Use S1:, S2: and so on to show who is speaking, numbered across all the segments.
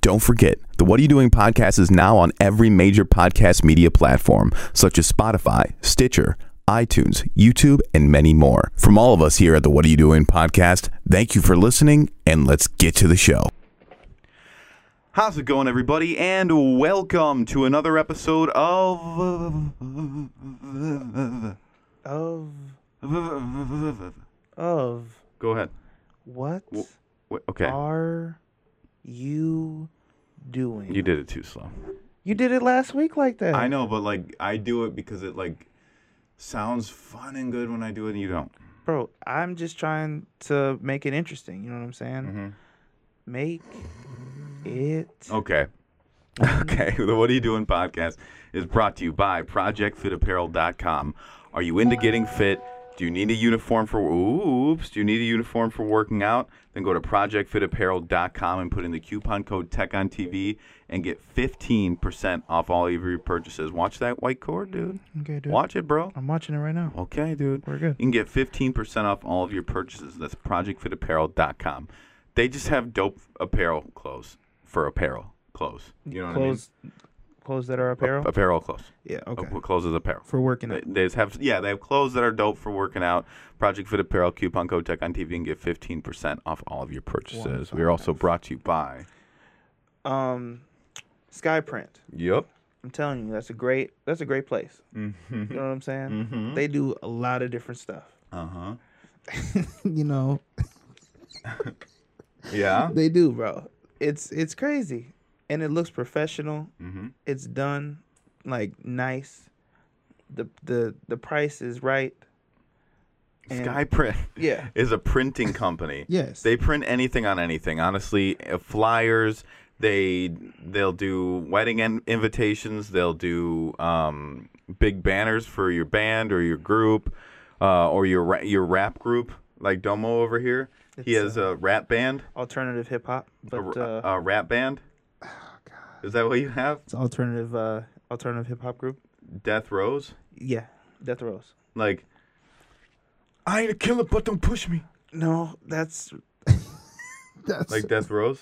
S1: Don't forget, the What Are You Doing podcast is now on every major podcast media platform, such as Spotify, Stitcher, iTunes, YouTube, and many more. From all of us here at the What Are You Doing podcast, thank you for listening, and let's get to the show. How's it going, everybody? And welcome to another episode of.
S2: Of of
S1: Go ahead.
S2: what
S1: W- w- Okay.
S2: are you doing?
S1: You did it too slow.
S2: You did it last week like that.
S1: I know, but like I do it because it like sounds fun and good when I do it and you don't.
S2: Bro, I'm just trying to make it interesting, you know what I'm saying?
S1: Mm-hmm.
S2: Make it
S1: Okay. Okay. The What Are You Doing podcast is brought to you by ProjectFitApparel.com. Are you into getting fit? Do you need a uniform for oops? Do you need a uniform for working out? Then go to ProjectFitApparel.com and put in the coupon code Tech on TV and get 15% off all of your purchases. Watch that white cord, dude.
S2: Okay, dude.
S1: Watch it, bro.
S2: I'm watching it right now.
S1: Okay, dude.
S2: We're good.
S1: You can get 15% off all of your purchases. That's projectfitapparel.com. They just have dope apparel clothes for apparel clothes. You know
S2: Clothes clothes that are
S1: what I mean?
S2: apparel?
S1: A- Apparel clothes.
S2: yeah, okay.
S1: Uh, Clothes is apparel.
S2: For working
S1: They,
S2: out.
S1: they just have yeah, they have clothes that are dope for working out. Project Fit Apparel coupon code Tech on TV and get 15% off all of your purchases. We are also brought to you by
S2: Um Skyprint.
S1: Yep.
S2: I'm telling you, that's a great that's a great place.
S1: Mhm.
S2: You know what I'm saying?
S1: Mm-hmm.
S2: They do a lot of different stuff.
S1: Uh-huh.
S2: you know,
S1: Yeah.
S2: They do, bro. It's it's crazy, and it looks professional.
S1: mhm.
S2: It's done like nice. The the the price is right. And-
S1: Skyprint
S2: Yeah.
S1: is a printing company.
S2: Yes.
S1: They print anything on anything. Honestly, Uh, flyers. They they'll do wedding in- invitations. They'll do um, big banners for your band or your group, uh, or your ra- your rap group. Like Domo over here, he
S2: It's,
S1: has a rap band.
S2: alternative hip hop,
S1: A,
S2: but
S1: r-
S2: uh, Oh,
S1: a rap band. Is that what you have?
S2: it's alternative uh alternative hip hop group.
S1: Death Rose.
S2: Yeah, Death Rose.
S1: Like, I ain't a killer, but don't push me.
S2: No, that's that's
S1: Like Death Rose.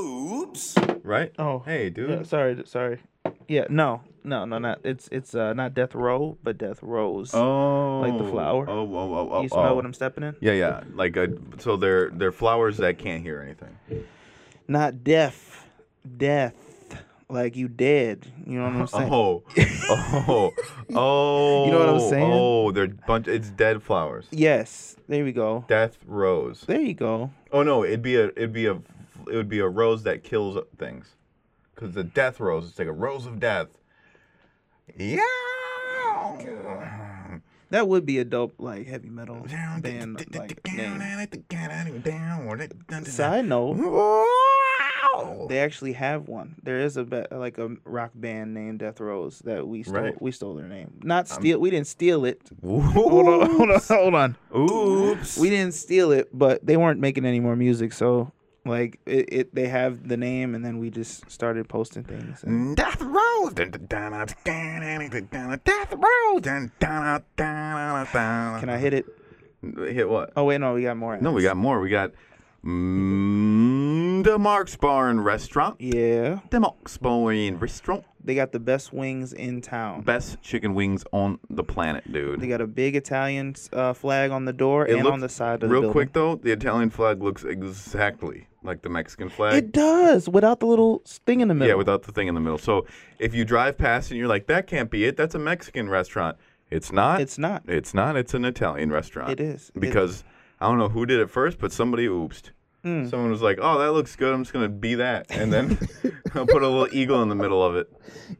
S1: Oops. Right.
S2: oh
S1: Hey, dude.
S2: yeah, sorry d- sorry. Yeah, no, no, no, not it's it's uh not Death Row, but Death Rose.
S1: Oh,
S2: flower?
S1: Oh, oh, oh, oh.
S2: you smell
S1: oh.
S2: what I'm stepping in?
S1: Yeah, yeah. Like, a, so they're they're flowers that can't hear anything.
S2: Not deaf, death. Like you dead. You know what I'm saying?
S1: Oh, oh, oh.
S2: You know what I'm saying?
S1: Oh, they're bunch. It's dead flowers.
S2: Yes. There we go.
S1: Death rose.
S2: There you go.
S1: Oh no, it'd be a it'd be a it would be a rose that kills things, because the death rose is like a rose of death. Yeah.
S2: That would be a dope like heavy metal band like name. Side note, they actually have one. There is a ba- like a rock band named Death Rose that we stole.
S1: Right. Um,
S2: We stole their name. Not steal. we didn't steal it. Hold on.
S1: Oops.
S2: Hold on. Hold on.
S1: Oops.
S2: We didn't steal it, but they weren't making any more music, so like it, it they have the name, and then we just started posting things. And
S1: Death row. Death row. Can
S2: can I hit it?
S1: hit what?
S2: Oh wait, no, we got more.
S1: No, we
S2: ads.
S1: got more. We got mm, the Marks Bar and Restaurant.
S2: Yeah,
S1: The Marks Bar and Restaurant.
S2: they got the best wings in town.
S1: Best chicken wings on the planet,
S2: They
S1: dude.
S2: got a big Italian uh, flag on the door and
S1: looks-
S2: on the side of the
S1: Real
S2: building.
S1: quick though, the Italian flag looks exactly like the Mexican flag.
S2: It does without the little thing in the middle.
S1: Yeah, without the thing in the middle. So if you drive past and you're like, that can't be it. That's a Mexican restaurant. It's not.
S2: it's not.
S1: It's not. It's an Italian restaurant.
S2: It is. Hmm. It-
S1: Because I don't know who did it first, but somebody oopsed. Someone was like, "Oh, that looks good. I'm just gonna be that," and then I'll put a little eagle in the middle of it.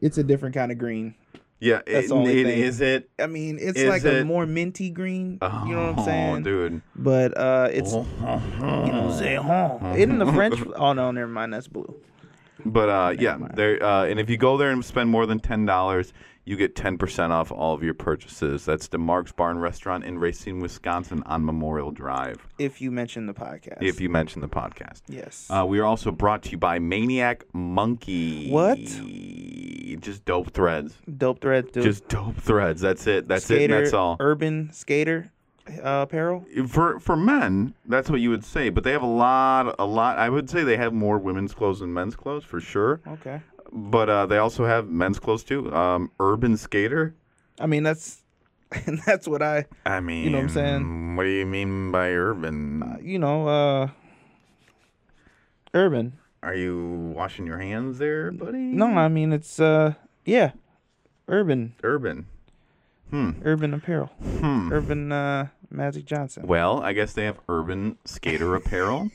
S2: It's a different kind of green.
S1: Yeah,
S2: That's
S1: it,
S2: the only
S1: it
S2: thing.
S1: is it.
S2: I mean, it's
S1: Is
S2: like a
S1: it-
S2: more minty green. you know what I'm
S1: Oh,
S2: saying?
S1: dude? Oh,
S2: But uh, it's you know, Zehon. Isn't the French? Oh no, never mind. That's blue.
S1: But uh, yeah, there. Uh, and if you go there and spend more than ten dollars, you get ten percent off all of your purchases. That's the Mark's Barn Restaurant in Racine, Wisconsin, on Memorial Drive.
S2: If you mention the podcast,
S1: If you mention the podcast.
S2: yes,
S1: Uh, we are also brought to you by Maniac Monkey.
S2: What?
S1: Just dope threads.
S2: dope threads, dude.
S1: Just dope threads. That's it. That's
S2: skater,
S1: it. And that's all.
S2: Urban skater, uh, apparel?
S1: for for men, that's what you would say. But they have a lot, a lot. I would say they have more women's clothes than men's clothes for sure.
S2: Okay.
S1: But uh, they also have men's clothes too. Um, Urban Skater.
S2: I mean, that's that's what I
S1: I mean,
S2: know what I'm saying?
S1: What do you mean by urban?
S2: you know uh, urban.
S1: Are you washing your hands there, buddy?
S2: No, I mean it's uh yeah, urban
S1: urban.
S2: urban apparel, urban uh, Magic Johnson.
S1: Well, I guess they have urban skater apparel,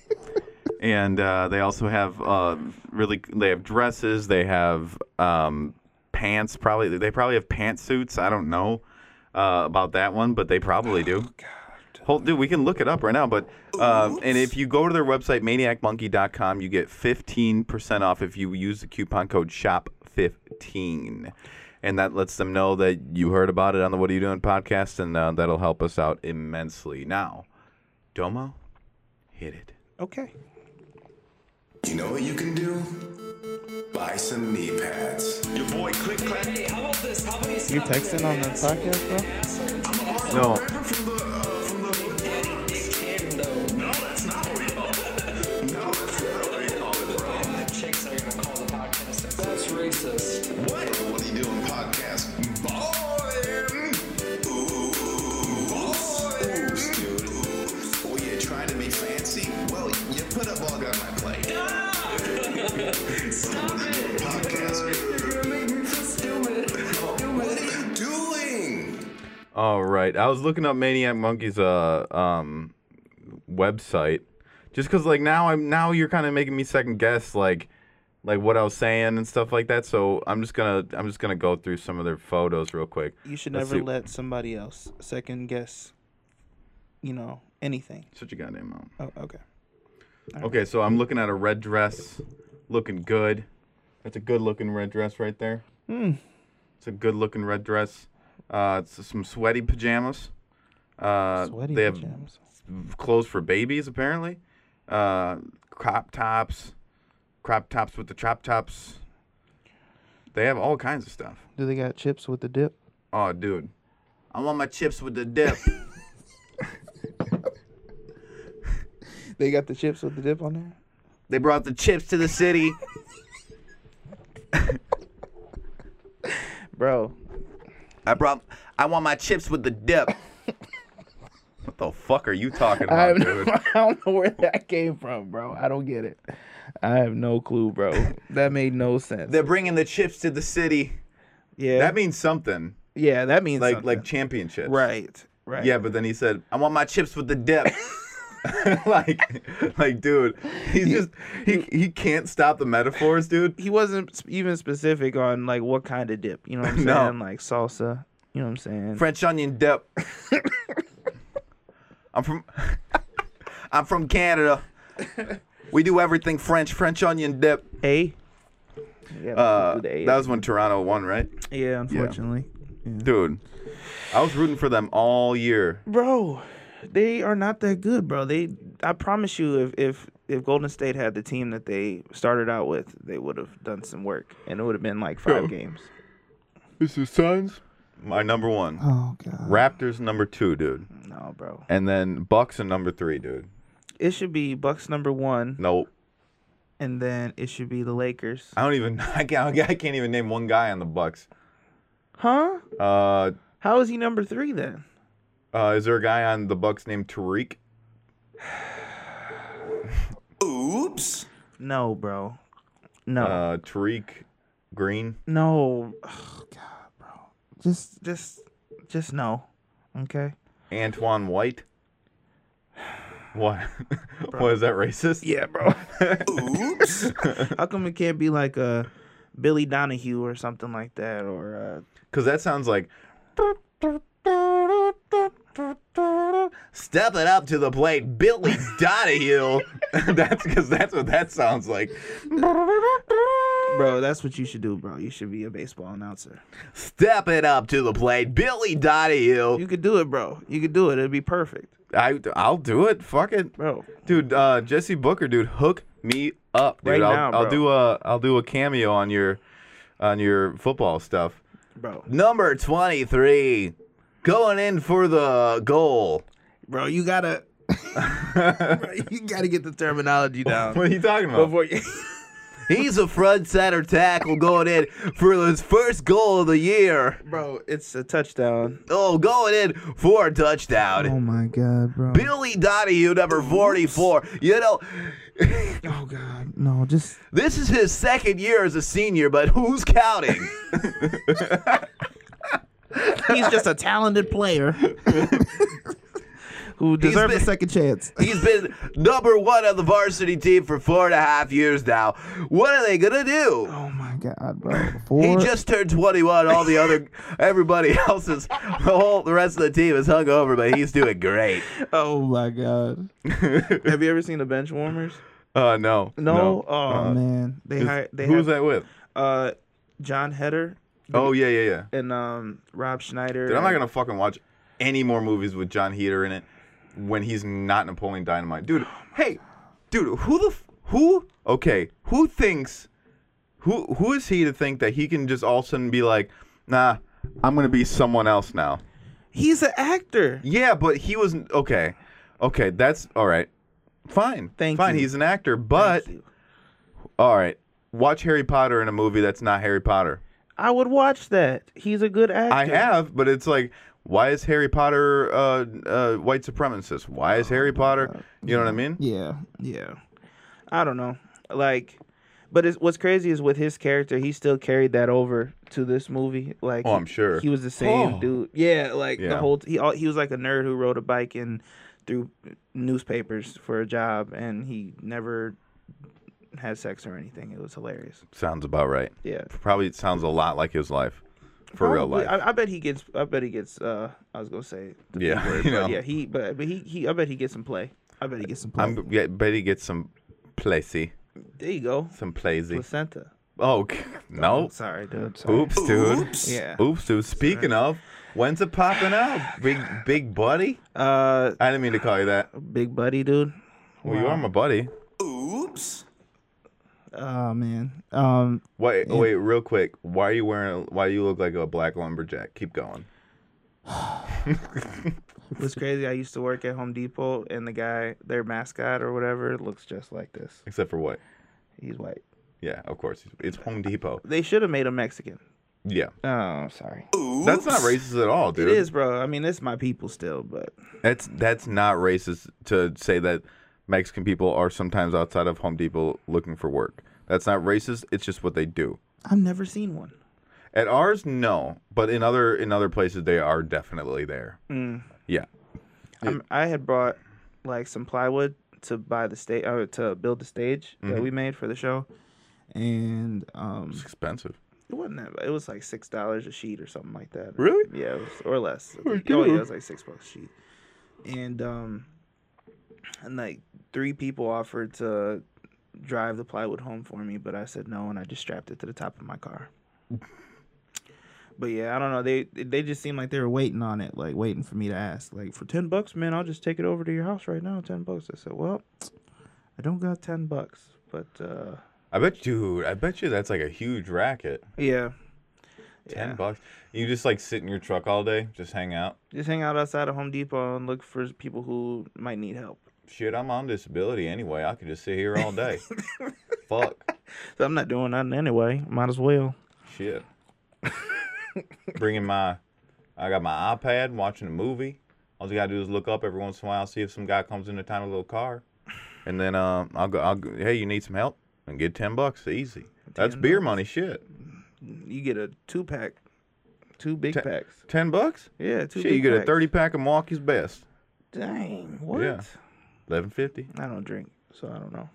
S1: and uh, they also have uh, really they have dresses. They have um, pants. Probably they probably have pantsuits. I don't know uh, about that one, but they probably do. Hold, dude, we can look it up right now. But um, and if you go to their website maniacmonkey.com, you get fifteen percent off if you use the coupon code shop fifteen, and that lets them know that you heard about it on the What Are You Doing podcast, and uh, that'll help us out immensely. Now, Domo, hit it.
S2: Okay.
S3: You know what you can do? Buy some knee pads. Your boy Click Clack.
S2: You texting on the podcast, bro?
S1: No,
S3: From the, uh, from the. No, that's not what we call it. No, that's not what we call it, bro. What? What are you doing, podcast? Ballin'! Ooh, ballin'! dude. Oh, yeah, trying to be fancy? Well, you put a bug on my plate. Stop it! Podcast. What are you doing?
S1: All right. I was looking up Maniac Monkey's uh um website just cuz like now I'm now you're kind of making me second guess like like what I was saying and stuff like that. So I'm just going to I'm just going to go through some of their photos real quick.
S2: You should
S1: Let's
S2: never
S1: see.
S2: let somebody else second guess. You know anything?
S1: Such a goddamn mom.
S2: Oh, okay.
S1: Okay, so I'm looking at a red dress looking good. That's a good looking red dress right there. Hmm. It's a good looking red dress. Uh it's some sweaty pajamas. Uh
S2: Sweaty
S1: they have
S2: pajamas.
S1: clothes for babies apparently uh crop tops crop tops with the chop tops they have all kinds of stuff
S2: Do they got chips with the dip?
S1: oh dude i want my chips with the dip
S2: They got the chips with the dip on there.
S1: they brought the chips to the city
S2: Bro,
S1: i brought i want my chips with the dip what the fuck are you talking
S2: I
S1: about
S2: have
S1: dude
S2: no, I don't know where that came from, bro. I don't get it. I have no clue, bro. That made no sense.
S1: they're bringing the chips to the city
S2: yeah,
S1: that means something
S2: yeah, that means
S1: like
S2: something.
S1: like championships
S2: right, right.
S1: Yeah, but then he said, "I want my chips with the dip." like, like, dude, he's just he he can't stop the metaphors, dude.
S2: he wasn't sp- even specific on like what kind of dip. You know what I'm
S1: No.
S2: saying? Like salsa. You know what I'm saying?
S1: French onion dip. I'm from I'm from Canada. We do everything French. French onion dip.
S2: A. Yeah,
S1: Uh,
S2: with the A.
S1: that was when Toronto won, right?
S2: yeah. Unfortunately,
S1: Dude, I was rooting for them all year.
S2: bro, they are not that good, bro. They, I promise you, if if if Golden State had the team that they started out with, they would have done some work, and it would have been like five
S1: Yeah.
S2: games.
S1: This is Suns. My number one.
S2: Oh god,
S1: Raptors number two, dude,
S2: no, bro.
S1: and then Bucks and number three, dude.
S2: It should be Bucks number one,
S1: Nope.
S2: and then it should be the Lakers.
S1: I don't even. I can't. I can't even name one guy on the Bucks.
S2: Huh?
S1: Uh,
S2: How is he number three then?
S1: uh, is there a guy on the Bucks named Tariq?
S3: Oops.
S2: No, bro. No.
S1: Uh, Tariq Green.
S2: No, oh, God, bro. Just, just, just no. Okay.
S1: Antoine White. What? what is that racist?
S2: Yeah, bro.
S3: Oops.
S2: How come it can't be like a Billy Donahue or something like that, or uh,
S1: Because that sounds like. Step it up to the plate, Billy Donahue. that's because that's what that sounds like.
S2: uh, bro? That's what you should do, bro. You should be a baseball announcer.
S1: Step it up to the plate, Billy Donahue.
S2: You could do it, bro. You could do it. It'd be perfect,
S1: I I'll do it. Fuck it.
S2: bro.
S1: dude. Uh, Jesse Booker, dude, hook me up, dude.
S2: Right
S1: I'll,
S2: now,
S1: I'll
S2: bro.
S1: do a I'll do a cameo on your on your football stuff.
S2: Bro,
S1: Number twenty three, going in for the goal.
S2: bro. You gotta, bro, you gotta get the terminology down.
S1: What are you talking about?
S2: Before you,
S4: He's a front center tackle going in for his first goal of the year.
S2: bro, it's a touchdown.
S4: Oh, going in for a touchdown.
S2: Oh my god, bro.
S4: Billy Donahue, number 44. You know,
S2: Oh god, no, just
S4: this is his second year as a senior, but who's counting?
S2: he's just a talented player who deserves
S4: been-
S2: a second chance.
S4: He's been number one on the varsity team for four and a half years now. What are they gonna do?
S2: Oh my god, bro.
S4: He
S2: Four,
S4: just turned 21. All the other, everybody else is, the whole, the rest of the team is hungover, but he's doing great.
S2: oh my god. Have you ever seen the bench warmers?
S1: Uh, no.
S2: No. Oh
S4: Uh,
S2: man, they
S1: Is-
S2: hired. They
S1: who's
S2: have,
S1: that with?
S2: Uh, John Heder
S1: Oh yeah, yeah, yeah.
S2: and um Rob Schneider.
S1: Dude, I'm not
S2: and-
S1: gonna fucking watch any more movies with John Heater in it when he's not Napoleon Dynamite, dude. Hey, dude, who the f- who? Okay, who thinks? Who who is he to think that he can just all of a sudden be like, nah, I'm gonna be someone else now?
S2: He's an actor.
S1: Yeah, but he was okay. Okay, that's all right. Fine,
S2: Thank
S1: fine.
S2: you.
S1: He's an actor, but
S2: Thank you.
S1: all right. Watch Harry Potter in a movie that's not Harry Potter.
S2: I would watch that. He's a good actor.
S1: I have, but it's like, why is Harry Potter uh, uh, white supremacist? Why is Harry Potter? You know what I mean?
S2: Yeah, yeah. I don't know. Like, but it's, what's crazy is with his character, he still carried that over to this movie. Like,
S1: Oh, I'm sure.
S2: he was the same
S1: Oh.
S2: dude. Yeah, like the
S1: Yeah.
S2: whole he all, he was like a nerd who rode a bike and threw newspapers for a job, and he never had sex or anything. It was hilarious.
S1: Sounds about right.
S2: Yeah,
S1: Probably sounds a lot like his life, for real
S2: Probably-
S1: life.
S2: I, I bet he gets. I bet he gets. Uh, I was gonna say. the
S1: Yeah,
S2: B word,
S1: you
S2: but
S1: know.
S2: Yeah, he. But but he, he. I bet he gets some play. I bet he gets some play.
S1: I'm yeah, bet he gets some placy,
S2: there you go.
S1: some plazy.
S2: Placenta.
S1: Oh g- no!
S2: Sorry, dude. Sorry.
S1: Oops, dude.
S3: Oops.
S2: Yeah.
S1: Oops, dude. Speaking of, when's it popping out, big big buddy?
S2: Uh,
S1: I didn't mean to call you that.
S2: big buddy, dude.
S1: Well, you are my buddy.
S3: Oops.
S2: Oh man. Um,
S1: Wait, oh, wait, real quick. Why are you wearing? A, why do you look like a black lumberjack? Keep going.
S2: it was crazy. I used to work at Home Depot, and the guy, their mascot or whatever, looks just like this.
S1: Except for what?
S2: He's white.
S1: Yeah, of course. It's Home Depot.
S2: They should have made him Mexican.
S1: Yeah.
S2: Oh, sorry.
S1: That's not racist at all, dude.
S2: It is, bro. I mean, it's my people still, but
S1: That's that's not racist to say that Mexican people are sometimes outside of Home Depot looking for work. That's not racist. It's just what they do.
S2: I've never seen one.
S1: At ours, no, but in other in other places, they are definitely there. Yeah.
S2: I'm, I had brought like some plywood to buy the stage or to build the stage that we made for the show, and um,
S1: It's expensive.
S2: it wasn't that. It was like six dollars a sheet or something like that.
S1: Really?
S2: Yeah, it was, or less. I think. Oh yeah, it was like six bucks a sheet, and um, and like three people offered to drive the plywood home for me, but I said no, and I just strapped it to the top of my car. But yeah, I don't know. They they just seemed like they were waiting on it, like waiting for me to ask. Like for ten bucks, man, I'll just take it over to your house right now. Ten bucks. I said, well, I don't got ten bucks, but uh,
S1: I bet, dude. I bet you that's like a huge racket.
S2: yeah,
S1: Ten
S2: Yeah.
S1: bucks. You just like sit in your truck all day, just hang out.
S2: just hang out outside of Home Depot and look for people who might need help.
S1: Shit, I'm on disability anyway. I could just sit here all day. Fuck.
S2: So I'm not doing nothing anyway. Might as well.
S1: Shit. Bringing my, I got my iPad, watching a movie. All you gotta do is look up every once in a while, see if some guy comes in a tiny little car, and then uh, I'll go. I'll go, hey, you need some help? And get ten bucks, easy. That's
S2: 10
S1: beer
S2: bucks.
S1: money, shit.
S2: You get a two pack, two big
S1: Ta-
S2: packs.
S1: Ten bucks?
S2: Yeah, two.
S1: shit,
S2: big
S1: you get
S2: packs.
S1: a thirty pack of Milwaukee's Best,
S2: Dang, what?
S1: Yeah. eleven fifty.
S2: I don't drink, so I don't know.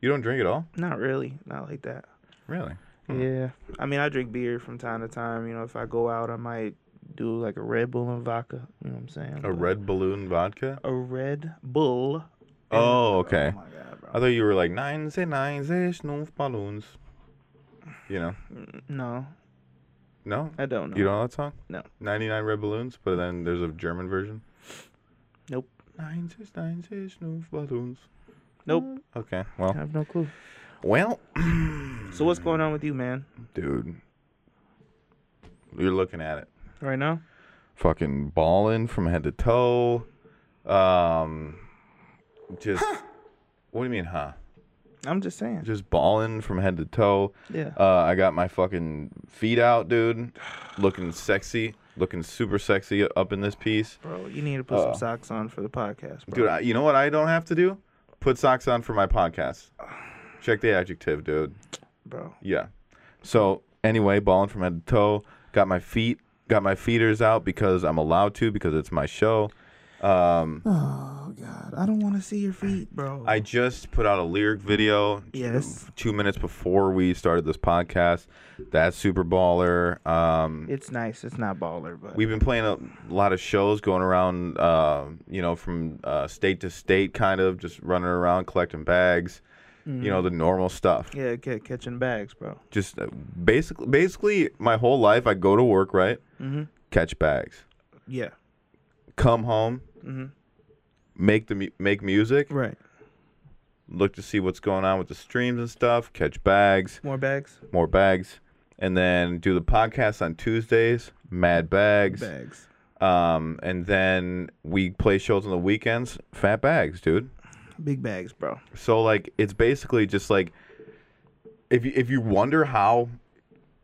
S1: You don't drink at all,
S2: Not really, not like that.
S1: really?
S2: Yeah, I mean, I drink beer from time to time. You know, if I go out, I might do like a Red Bull and vodka. You know what I'm saying?
S1: A red balloon vodka?
S2: a Red Bull.
S1: Oh, okay.
S2: Oh my god, bro.
S1: I thought you were like nine, say nine, say snuff balloons. You know?
S2: No,
S1: No,
S2: I don't know.
S1: You don't know that song?
S2: No.
S1: 99 Red Balloons, but then there's a German version.
S2: Nope.
S1: Nine, six, nine, six, no balloons.
S2: Nope.
S1: Okay,
S2: I
S1: well.
S2: have no clue.
S1: Well,
S2: So what's going on with you, man?
S1: dude. You're looking at it.
S2: Right now?
S1: Fucking balling from head to toe. Um, just what do you mean, huh?
S2: I'm just saying.
S1: Just balling from head to toe.
S2: yeah.
S1: Uh, I got my fucking feet out, dude. Looking sexy, looking super sexy up in this piece,
S2: bro, you need to
S1: uh,
S2: put some socks on for the podcast, bro.
S1: dude. I, you know what I don't have to do? Put socks on for my podcast. Check the adjective, dude.
S2: bro.
S1: Yeah. So anyway, balling from head to toe. Got my feet, got my feeders out because I'm allowed to because it's my show.
S2: Oh god, I don't want to see your feet, bro.
S1: I just put out a lyric video.
S2: Yes.
S1: Two minutes before we started this podcast. That's super baller. Um,
S2: it's nice. It's not baller, but
S1: we've been playing a lot of shows, going around, uh, you know, from uh, state to state, kind of just running around collecting bags. You know the normal stuff.
S2: yeah, ca- catching bags, bro.
S1: Just uh, basically, basically, my whole life I go to work, right? Mm-hmm. Catch bags.
S2: Yeah.
S1: come home, make the mu- make music,
S2: Right.
S1: look to see what's going on with the streams and stuff, catch bags,
S2: More bags.
S1: more bags, and then do the podcast on Tuesdays, mad bags,
S2: Bags.
S1: um, and then we play shows on the weekends, fat bags, dude.
S2: Big bags, bro.
S1: So like it's basically just like if you, if you wonder how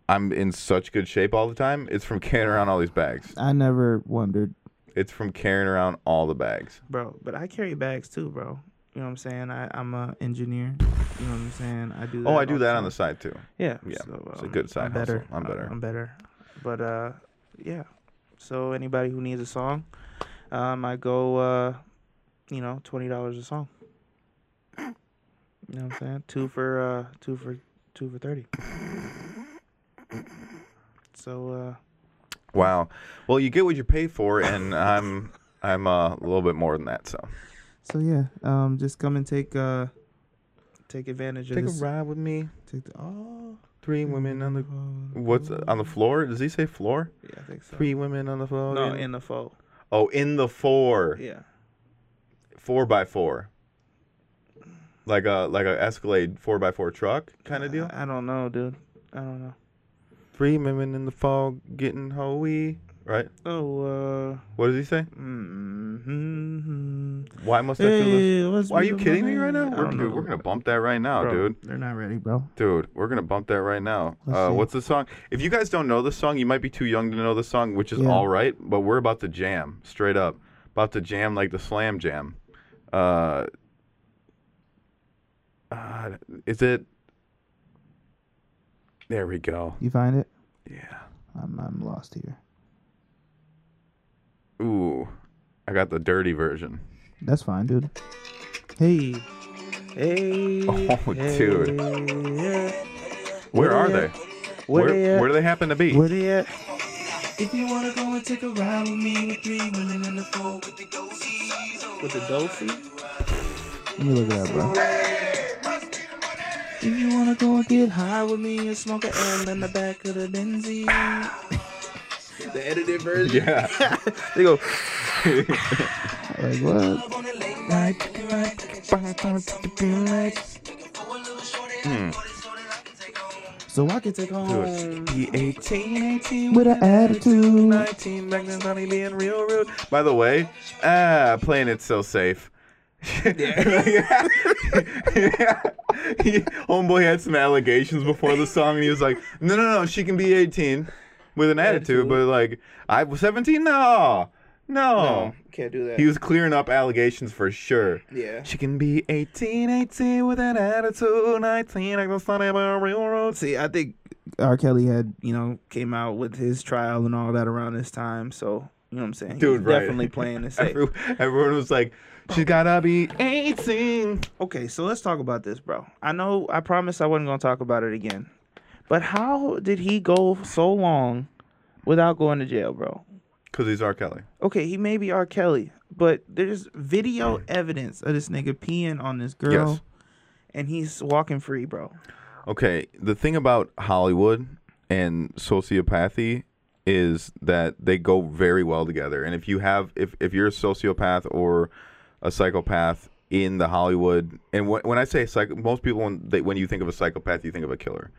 S1: I'm in such good shape all the time, it's from carrying around all these bags.
S2: I never wondered,
S1: It's from carrying around all the bags.
S2: bro. But I carry bags too, bro. You know what I'm saying? I, I'm a engineer. You know what I'm saying? I do. That
S1: Oh, I do
S2: all
S1: that on the
S2: time.
S1: side too.
S2: Yeah.
S1: Yeah, it's a
S2: um,
S1: good side
S2: I'm better.
S1: hustle. I'm better.
S2: I'm better. But uh, yeah. So anybody who needs a song, um, I go uh, you know, twenty dollars a song. You know what I'm saying? Two for uh, two for two for thirty. So uh,
S1: Wow. Well, you get what you pay for, and I'm I'm uh, a little bit more than that. So
S2: uh, so yeah. Um, just come and take uh, take advantage of this.
S1: ride with me.
S2: Take the, oh,
S1: Three women on the what's uh, on the floor? Does he say floor?
S2: yeah, I think so.
S1: Three women on the floor.
S2: no, in the fold.
S1: oh, in the four,
S2: Yeah.
S1: four by four, like a like a Escalade four by four truck kind of deal.
S2: I, I don't know, dude. I don't know.
S1: Three women in the fall getting hoey. Right?
S2: Oh, uh.
S1: What does he say?
S2: Mm-hmm.
S1: Why must I feel this?
S2: Hey, what's
S1: Why are
S2: with
S1: you
S2: the
S1: kidding me
S2: money?
S1: right now?
S2: I
S1: We're,
S2: don't
S1: dude,
S2: know.
S1: we're gonna bump that right now,
S2: Bro,
S1: dude.
S2: They're not ready, bro.
S1: Dude, we're gonna bump that right now.
S2: Let's
S1: Uh,
S2: see.
S1: what's the song? If you guys don't know the song, you might be too young to know the song, which is
S2: Yeah.
S1: all right. But we're about to jam straight up, about to jam like the slam jam. Uh, uh, is it? There we go.
S2: You find it?
S1: Yeah.
S2: I'm, I'm lost here.
S1: Ooh, I got the dirty version.
S2: That's fine, dude. Hey. Hey.
S1: Oh,
S2: hey,
S1: dude.
S2: yeah.
S1: Where are
S2: they
S1: they?
S2: at?
S1: Where,
S2: Where, they at?
S1: where do they happen to be?
S2: Where they at?
S5: If you wanna go and take a ride with me with three women in the four with the dozies on.
S2: With the Dolphy?
S4: Let me look it up, bro.
S5: If you wanna go and get high with me and smoke a L in the back of the Benzie.
S2: The edited version?
S1: Yeah.
S2: They go,
S4: Like what?
S5: Love on it late night, looking right, looking just like something nice. Looking for a little shorty, I
S4: Hmm.
S5: got it sorted, I can take home.
S2: so I can take home.
S1: Be 18, 18
S4: With an attitude.
S1: 19 back then, Johnny being real rude. By the way, ah, playing it so safe. yeah. He- Homeboy had some allegations before the song, and he was like, "No, no, no, she can be 18 with an attitude,
S2: Attitude.
S1: but like I was 17. No,
S2: Oh.
S1: no."
S2: Can't do that.
S1: He was clearing up allegations for sure.
S2: yeah.
S1: She can be 18, 18 with an attitude, 19 like the Johnny being real rude.
S2: See, I think R. Kelly had, you know, came out with his trial and all that around this time. So, you know what I'm saying? He
S1: Dude,
S2: was
S1: right.
S2: Definitely playing this. safe.
S1: Every, everyone was like, she's gotta be 18.
S2: Okay, so let's talk about this, bro. I know I promised I wasn't going to talk about it again. But how did he go so long without going to jail, bro?
S1: Because he's R. Kelly.
S2: Okay, he may be R. Kelly, but there's video evidence of this nigga peeing on this girl.
S1: Yes.
S2: And he's walking free, bro.
S1: Okay, the thing about Hollywood and sociopathy is that they go very well together. And if you have, if, if you're a sociopath or a psychopath in the Hollywood, and when, when I say psych, most people, when, they, when you think of a psychopath, you think of a killer.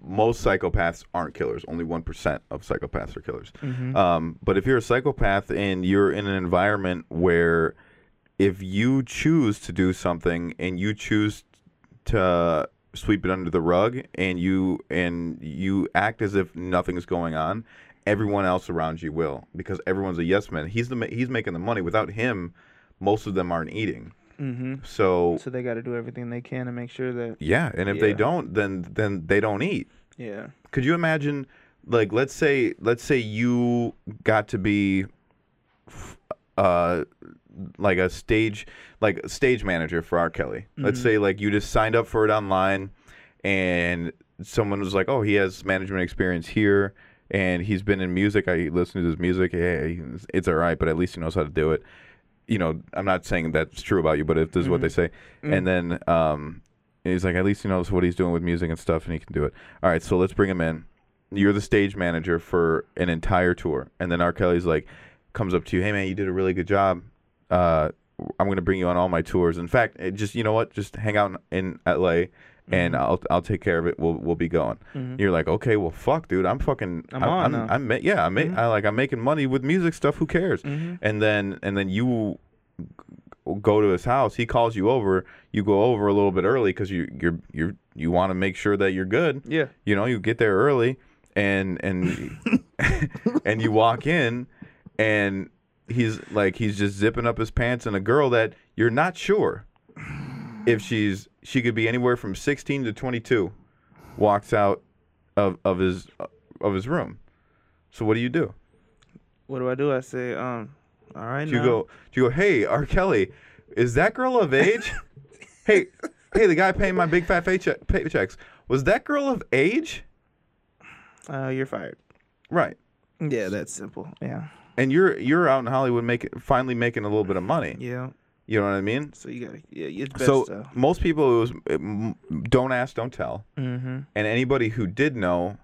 S1: Most psychopaths aren't killers. Only 1% of Mm-hmm. psychopaths are killers. Um, but if you're a psychopath and you're in an environment where if you choose to do something and you choose to sweep it under the rug and you and you act as if nothing's going on, everyone else around you will because everyone's a yes man. He's the ma- he's making the money. Without him, most of them aren't eating.
S2: hmm
S1: So
S2: So they got to do everything they can to make sure that
S1: yeah, and if they
S2: Yeah.
S1: don't, then then they don't eat.
S2: yeah.
S1: could you imagine like let's say let's say you got to be f- uh like a stage like a stage manager for R Kelly. Let's say like you just signed up for it online and someone was like, "Oh, he has management experience here and he's been in music. I listen to his music. Hey, it's all right, but at least he knows how to do it." You know, I'm not saying that's true about you, but if this is what
S2: Mm-hmm.
S1: they say. And then um and he's like, at least he knows what he's doing with music and stuff, and he can do it. All right, so let's bring him in. You're the stage manager for an entire tour, and then R. Kelly's like, comes up to you, hey man, you did a really good job. Uh, I'm gonna bring you on all my tours. In fact, it just you know what, just hang out in, in L.A. and
S2: Mm-hmm.
S1: I'll I'll take care of it. We'll we'll be going. You're like, okay, well, fuck, dude, I'm fucking,
S2: I'm
S1: I-
S2: on
S1: I'm,
S2: now."
S1: I'm ma- yeah, I'm ma- I, like I'm making money with music stuff. Who cares? And then and then you go to his house. He calls you over. You go over a little bit early because you you're you're you want to make sure that you're good.
S2: Yeah.
S1: You know, you get there early, and and and you walk in, and he's like he's just zipping up his pants, and a girl that you're not sure if she's she could be anywhere from 16 to 22 walks out of of his of his room. So what do you do?
S2: What do I do? I say, um, all right.
S1: Do you
S2: now.
S1: go? Do you go? Hey, R. Kelly, is that girl of age? hey, hey, the guy paying my big fat paycheck, paychecks was that girl of age?
S2: Uh, you're fired.
S1: Right.
S2: Yeah, that's simple. Yeah.
S1: And you're you're out in Hollywood, making finally making a little bit of money.
S2: Yeah.
S1: You know what I mean?
S2: So you gotta. Yeah, it's best.
S1: so
S2: to-
S1: most people it was m- don't ask, don't tell.
S2: Mhm.
S1: And anybody who did know,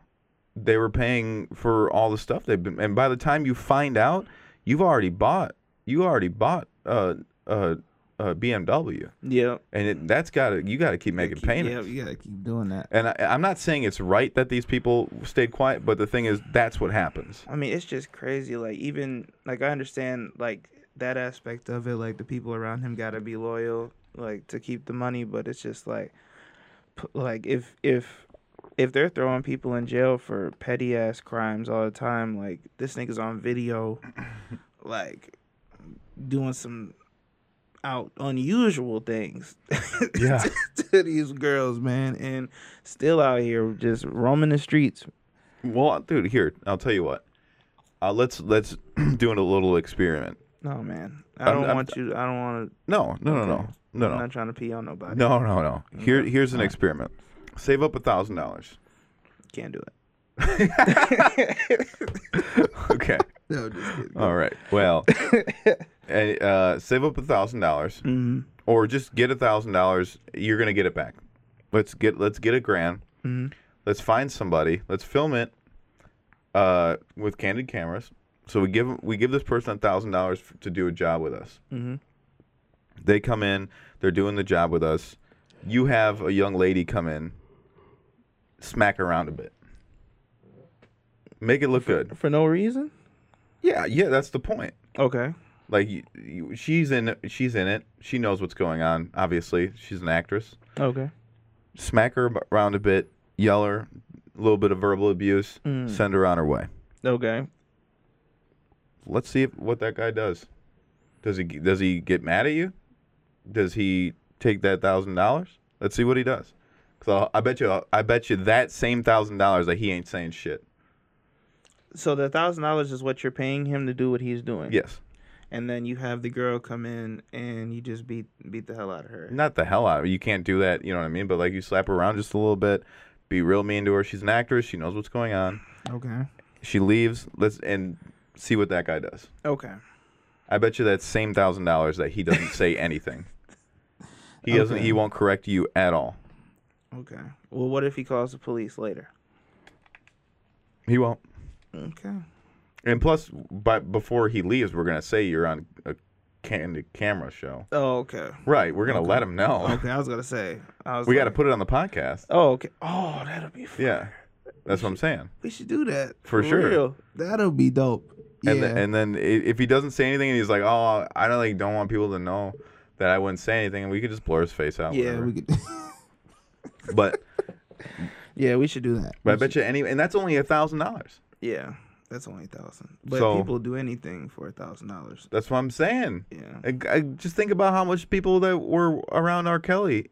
S1: they were paying for all the stuff they've been. And by the time you find out, you've already bought. You already bought uh, a a, a BMW.
S2: Yeah.
S1: and it, that's got to you got to keep making
S2: Keep-
S1: payments.
S2: Yeah, you gotta keep doing that.
S1: And I, I'm not saying it's right that these people stayed quiet, but the thing is, that's what happens.
S2: I mean, it's just crazy. Like even like I understand like that aspect of it. Like the people around him gotta be loyal, like to keep the money. But it's just like, p- like if if if they're throwing people in jail for petty ass crimes all the time, like this nigga's on video, like doing some out unusual things
S1: Yeah.
S2: to these girls, man, and still out here just roaming the streets.
S1: Well, dude, here I'll tell you what. Uh, let's let's do a little experiment.
S2: No, man, I
S1: I'm-
S2: don't
S1: I'm-
S2: want you. I don't want to.
S1: No, no, no,
S2: Okay.
S1: no,
S2: I'm
S1: no, no,
S2: not trying to pee on nobody.
S1: no, no, no. Here, here's an experiment. Save up a thousand dollars.
S2: Can't do it.
S1: Okay.
S2: No, just kidding.
S1: All right. Well, and, uh, save up a thousand dollars, or just get a thousand dollars. You're gonna get it back. Let's get let's get a grand. Let's find somebody. Let's film it uh, with candid cameras. So we give we give this person a thousand dollars to do a job with us. They come in. They're doing the job with us. You have a young lady come in. Smack around a bit. Make it look good.
S2: For no reason?
S1: Yeah, yeah, that's the point
S2: Okay.
S1: like you, you, she's in she's in it she knows what's going on obviously she's an actress
S2: Okay.
S1: smack her ab- around a bit yell her a little bit of verbal abuse send her on her way
S2: Okay.
S1: let's see if, what that guy does does he does he get mad at you does he take that thousand dollars let's see what he does so i bet you i bet you that same thousand dollars that he ain't saying shit
S2: So the thousand dollars is what you're paying him to do what he's doing.
S1: yes
S2: And then you have the girl come in and you just beat beat the hell out of her.
S1: not the hell out of her. You can't do that, you know what I mean? But like you slap her around just a little bit, be real mean to her. She's an actress, she knows what's going on.
S2: Okay.
S1: She leaves, let's and see what that guy does.
S2: Okay.
S1: I bet you that same thousand dollars that he doesn't say anything. He doesn't
S2: Okay.
S1: he won't correct you at all.
S2: Okay. Well, what if he calls the police later?
S1: He won't.
S2: Okay.
S1: And plus but before he leaves, we're gonna say you're on a candid camera show.
S2: Oh, okay.
S1: Right, we're gonna let him know.
S2: Okay. I was gonna say. I was
S1: We
S2: like,
S1: gotta put it on the podcast.
S2: Oh, okay. Oh, that'll be. Fun.
S1: Yeah. That's what I'm saying.
S2: We should do that
S1: For sure.
S2: That'll be dope.
S1: and th-
S2: Yeah.
S1: and then i- if he doesn't say anything and he's like, oh, I don't like don't want people to know that I wouldn't say anything, and we could just blur his face out.
S2: Yeah,
S1: whatever.
S2: we could.
S1: but
S2: yeah, we should do that.
S1: but I
S2: We
S1: bet you any, and that's only a thousand dollars.
S2: should- Yeah, that's only a thousand. But
S1: So-
S2: people do anything for a thousand dollars.
S1: That's what I'm saying.
S2: Yeah.
S1: I, I just think about how much people that were around R. Kelly,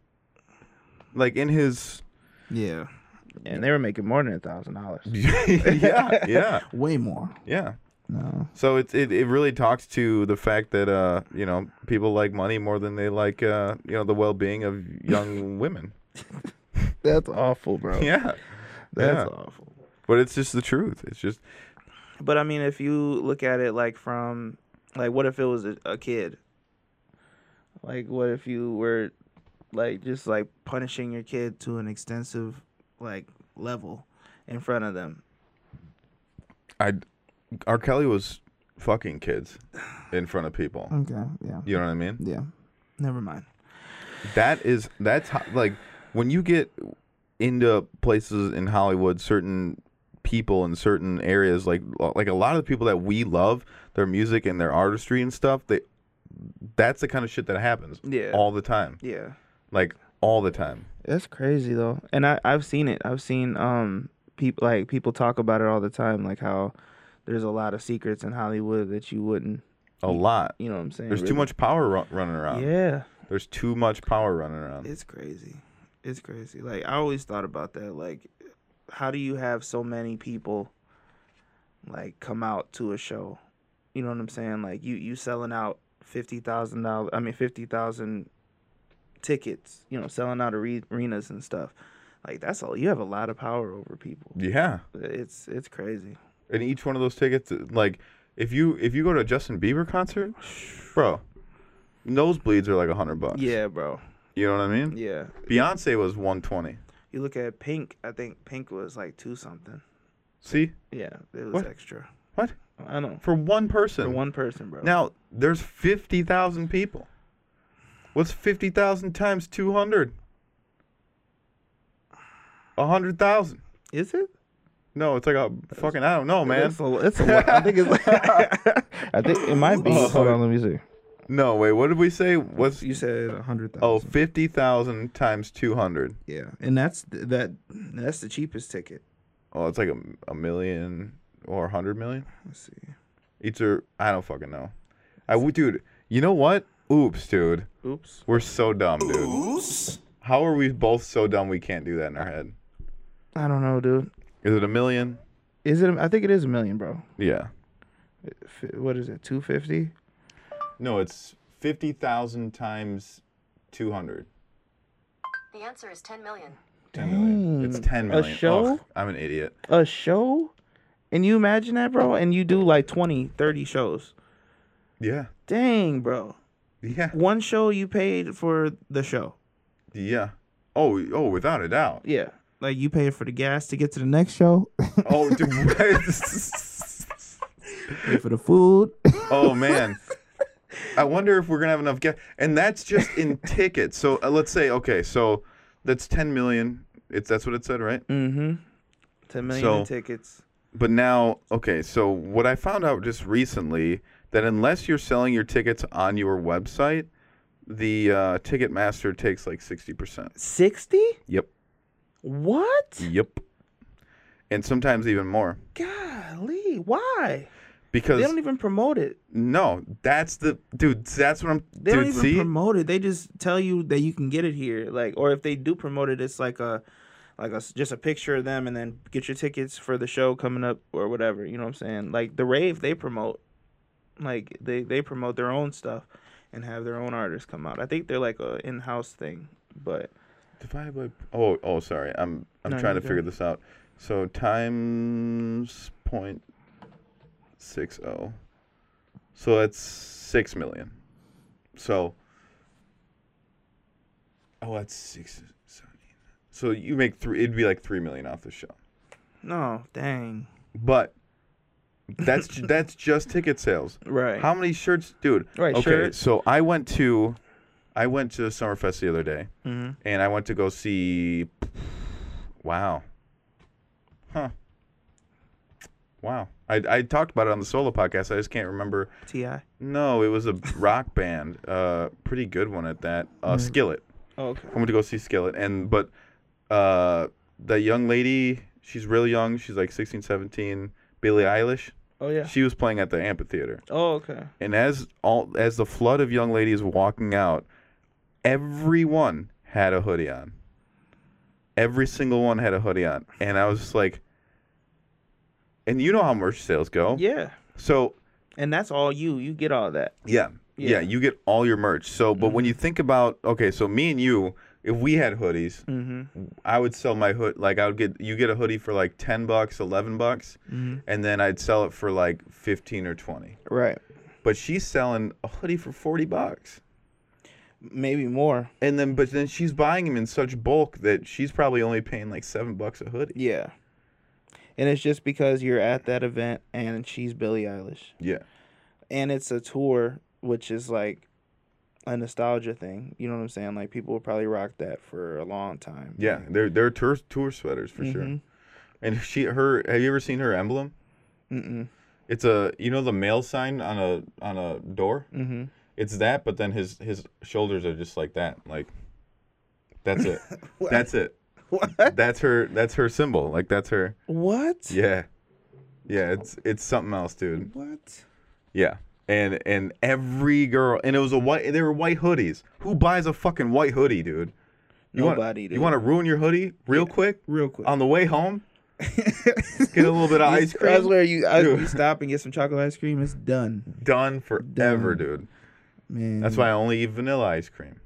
S1: like in his.
S2: Yeah. And they were making more than a thousand dollars.
S1: yeah, yeah,
S2: Way more.
S1: yeah.
S2: No.
S1: So it, it it really talks to the fact that uh you know people like money more than they like uh you know the well being of young women.
S2: That's awful, bro.
S1: Yeah,
S2: That's
S1: yeah.
S2: awful.
S1: but it's just the truth. It's just
S2: But I mean, if you look at it like from, like, what if it was a, a kid? Like, what if you were, like, just like punishing your kid to an extensive, like, level in front of them?
S1: I R. Kelly was fucking kids in front of people.
S2: Okay. Yeah.
S1: You know what I mean?
S2: Yeah. Never mind.
S1: That is that's how, like when you get into places in Hollywood, certain people in certain areas, like like a lot of the people that we love, their music and their artistry and stuff, they that's the kind of shit that happens
S2: Yeah.
S1: all the time,
S2: Yeah.
S1: like all the time.
S2: That's crazy though, and I I've seen it. I've seen um people like people talk about it all the time, like how there's a lot of secrets in Hollywood that you wouldn't,
S1: A lot.
S2: you know what I'm saying?
S1: There's too
S2: really-
S1: much power ru- running around.
S2: Yeah,
S1: There's too much power running around.
S2: it's crazy. It's crazy. Like I always thought about that. Like, how do you have so many people like come out to a show? You know what I'm saying? Like you you selling out fifty thousand dollars. I mean fifty thousand tickets. You know, selling out are- arenas and stuff. Like that's all. You have a lot of power over people.
S1: Yeah.
S2: It's it's crazy.
S1: and each one of those tickets like if you if you go to a Justin Bieber concert, bro, nosebleeds are like a hundred bucks.
S2: Yeah, bro.
S1: You know what I mean?
S2: Yeah.
S1: Beyonce was one twenty.
S2: You look at Pink. I think Pink was like two something.
S1: See?
S2: Yeah, it was
S1: What?
S2: extra.
S1: What?
S2: I don't know.
S1: For one person.
S2: For one person, bro.
S1: Now there's fifty thousand people. What's fifty thousand times two hundred? A hundred thousand.
S2: is it?
S1: No, it's like a fucking I don't know, man.
S2: It's a, it's a lot. I think it's. I think it might be.
S1: Oh.
S2: Hold on, let me see.
S1: No, wait, what did we say? What's
S2: You said a hundred thousand.
S1: oh fifty thousand times two hundred.
S2: yeah, and that's th- that. That's the cheapest ticket.
S1: Oh, it's like a, a million or a hundred million.
S2: Let's see.
S1: Each are I don't fucking know. I would, dude. You know what? Oops, dude.
S2: Oops.
S1: We're so dumb, dude. How are we both so dumb? We can't do that in our head.
S2: I don't know, dude.
S1: Is it a million?
S2: Is it? a- I think it is a million, bro.
S1: Yeah.
S2: F- What is it? Two fifty.
S1: No, it's fifty thousand times two hundred.
S6: The answer is 10 million.
S1: Ten million. It's ten
S2: Hmm. A
S1: million.
S2: show?
S1: Ugh, I'm an idiot.
S2: A show? And you imagine that, bro? And you do like 20, 30 shows.
S1: Yeah.
S2: Dang, bro.
S1: Yeah.
S2: One show you paid for the show.
S1: Yeah. Oh, oh, without a doubt.
S2: Yeah. Like you paid for the gas to get to the next show,
S1: Oh, dude.
S2: for the food.
S1: Oh man. I wonder if we're gonna have enough gas. And that's just in tickets. So uh, let's say okay, so that's 10 million. It's that's what it said, right?
S2: mm-hmm. Ten million
S1: So-
S2: in tickets.
S1: But now, okay, so what I found out just recently that unless you're selling your tickets on your website, the uh, Ticketmaster takes like 60%.
S2: Sixty?
S1: Yep.
S2: What?
S1: Yep. And sometimes even more
S2: Golly, why?
S1: because
S2: They don't e even promote it.
S1: no, that's the dude. That's what I'm.
S2: They
S1: dude,
S2: don't even
S1: see,
S2: promote it. They just tell you that you can get it here, like, or if they do promote it, it's like a, like a s- just a picture of them, and then get your tickets for the show coming up or whatever. You know what I'm saying? Like the rave, they promote, like they they promote their own stuff, and have their own artists come out. I think they're like a in-house thing, but
S1: Divided by oh oh sorry I'm I'm
S2: No,
S1: trying to
S2: you're
S1: figure
S2: good.
S1: this out. So times point six oh, so that's six million. So oh that's six seventeen. So you make three. It'd be like three million off the show.
S2: no, dang,
S1: But that's ju- that's just ticket sales.
S2: right?
S1: How many shirts, dude?
S2: Right,
S1: Okay,
S2: shirts.
S1: so I went to, I went to Summerfest the other day,
S2: Mhm.
S1: and I went to go see. Wow. Huh. Wow. I, I talked about it on the solo podcast. I just can't remember.
S2: Ti.
S1: No, it was a rock band. Uh, pretty good one at that. Uh, Skillet.
S2: Oh, okay.
S1: I went to go see Skillet, and but uh, the young lady, she's real young. She's like 16, 17. Billie Eilish.
S2: Oh yeah.
S1: She was playing at the amphitheater,
S2: Oh okay.
S1: and as all as the flood of young ladies walking out, everyone had a hoodie on. Every single one had a hoodie on, and I was just like, and you know how merch sales go.
S2: Yeah.
S1: So
S2: And that's all you. You get all that.
S1: yeah. Yeah,
S2: Yeah. Mm-hmm.
S1: you get all your merch. So, but when you think about okay, so me and you, if we had hoodies,
S2: Mm-hmm.
S1: I would sell my hood like I would get you get a hoodie for like 10 bucks, 11 bucks,
S2: Mm-hmm.
S1: and then I'd sell it for like 15 or 20.
S2: Right.
S1: But she's selling a hoodie for 40 bucks.
S2: Maybe more.
S1: And then but then she's buying them in such bulk that she's probably only paying like 7 bucks a hoodie.
S2: Yeah. And it's just because you're at that event and she's Billie Eilish.
S1: Yeah.
S2: And it's a tour, which is like a nostalgia thing. You know what I'm saying? Like people will probably rock that for a long time.
S1: Yeah, they're they're tour, tour sweaters for sure. And she her have you ever seen her emblem? Mm-mm. It's a you know the mail sign on a on a door. Mm-hmm. It's that, but then his his shoulders are just like that. Like that's it. that's it.
S2: What?
S1: That's her. That's her symbol. Like that's her.
S2: What?
S1: Yeah, yeah. It's it's something else, dude.
S2: What?
S1: Yeah. And and every girl and it was a white. They were white hoodies. Who buys a fucking white hoodie, dude? You wanna-
S2: Nobody, dude.
S1: You want to ruin your hoodie real quick?
S2: real quick.
S1: on the way home, get a little bit of ice cream.
S2: That's where you, I,
S1: Dude.
S2: you stop and get some chocolate ice cream. It's done,
S1: Done forever,
S2: Done.
S1: dude.
S2: man.
S1: That's why I only eat vanilla ice cream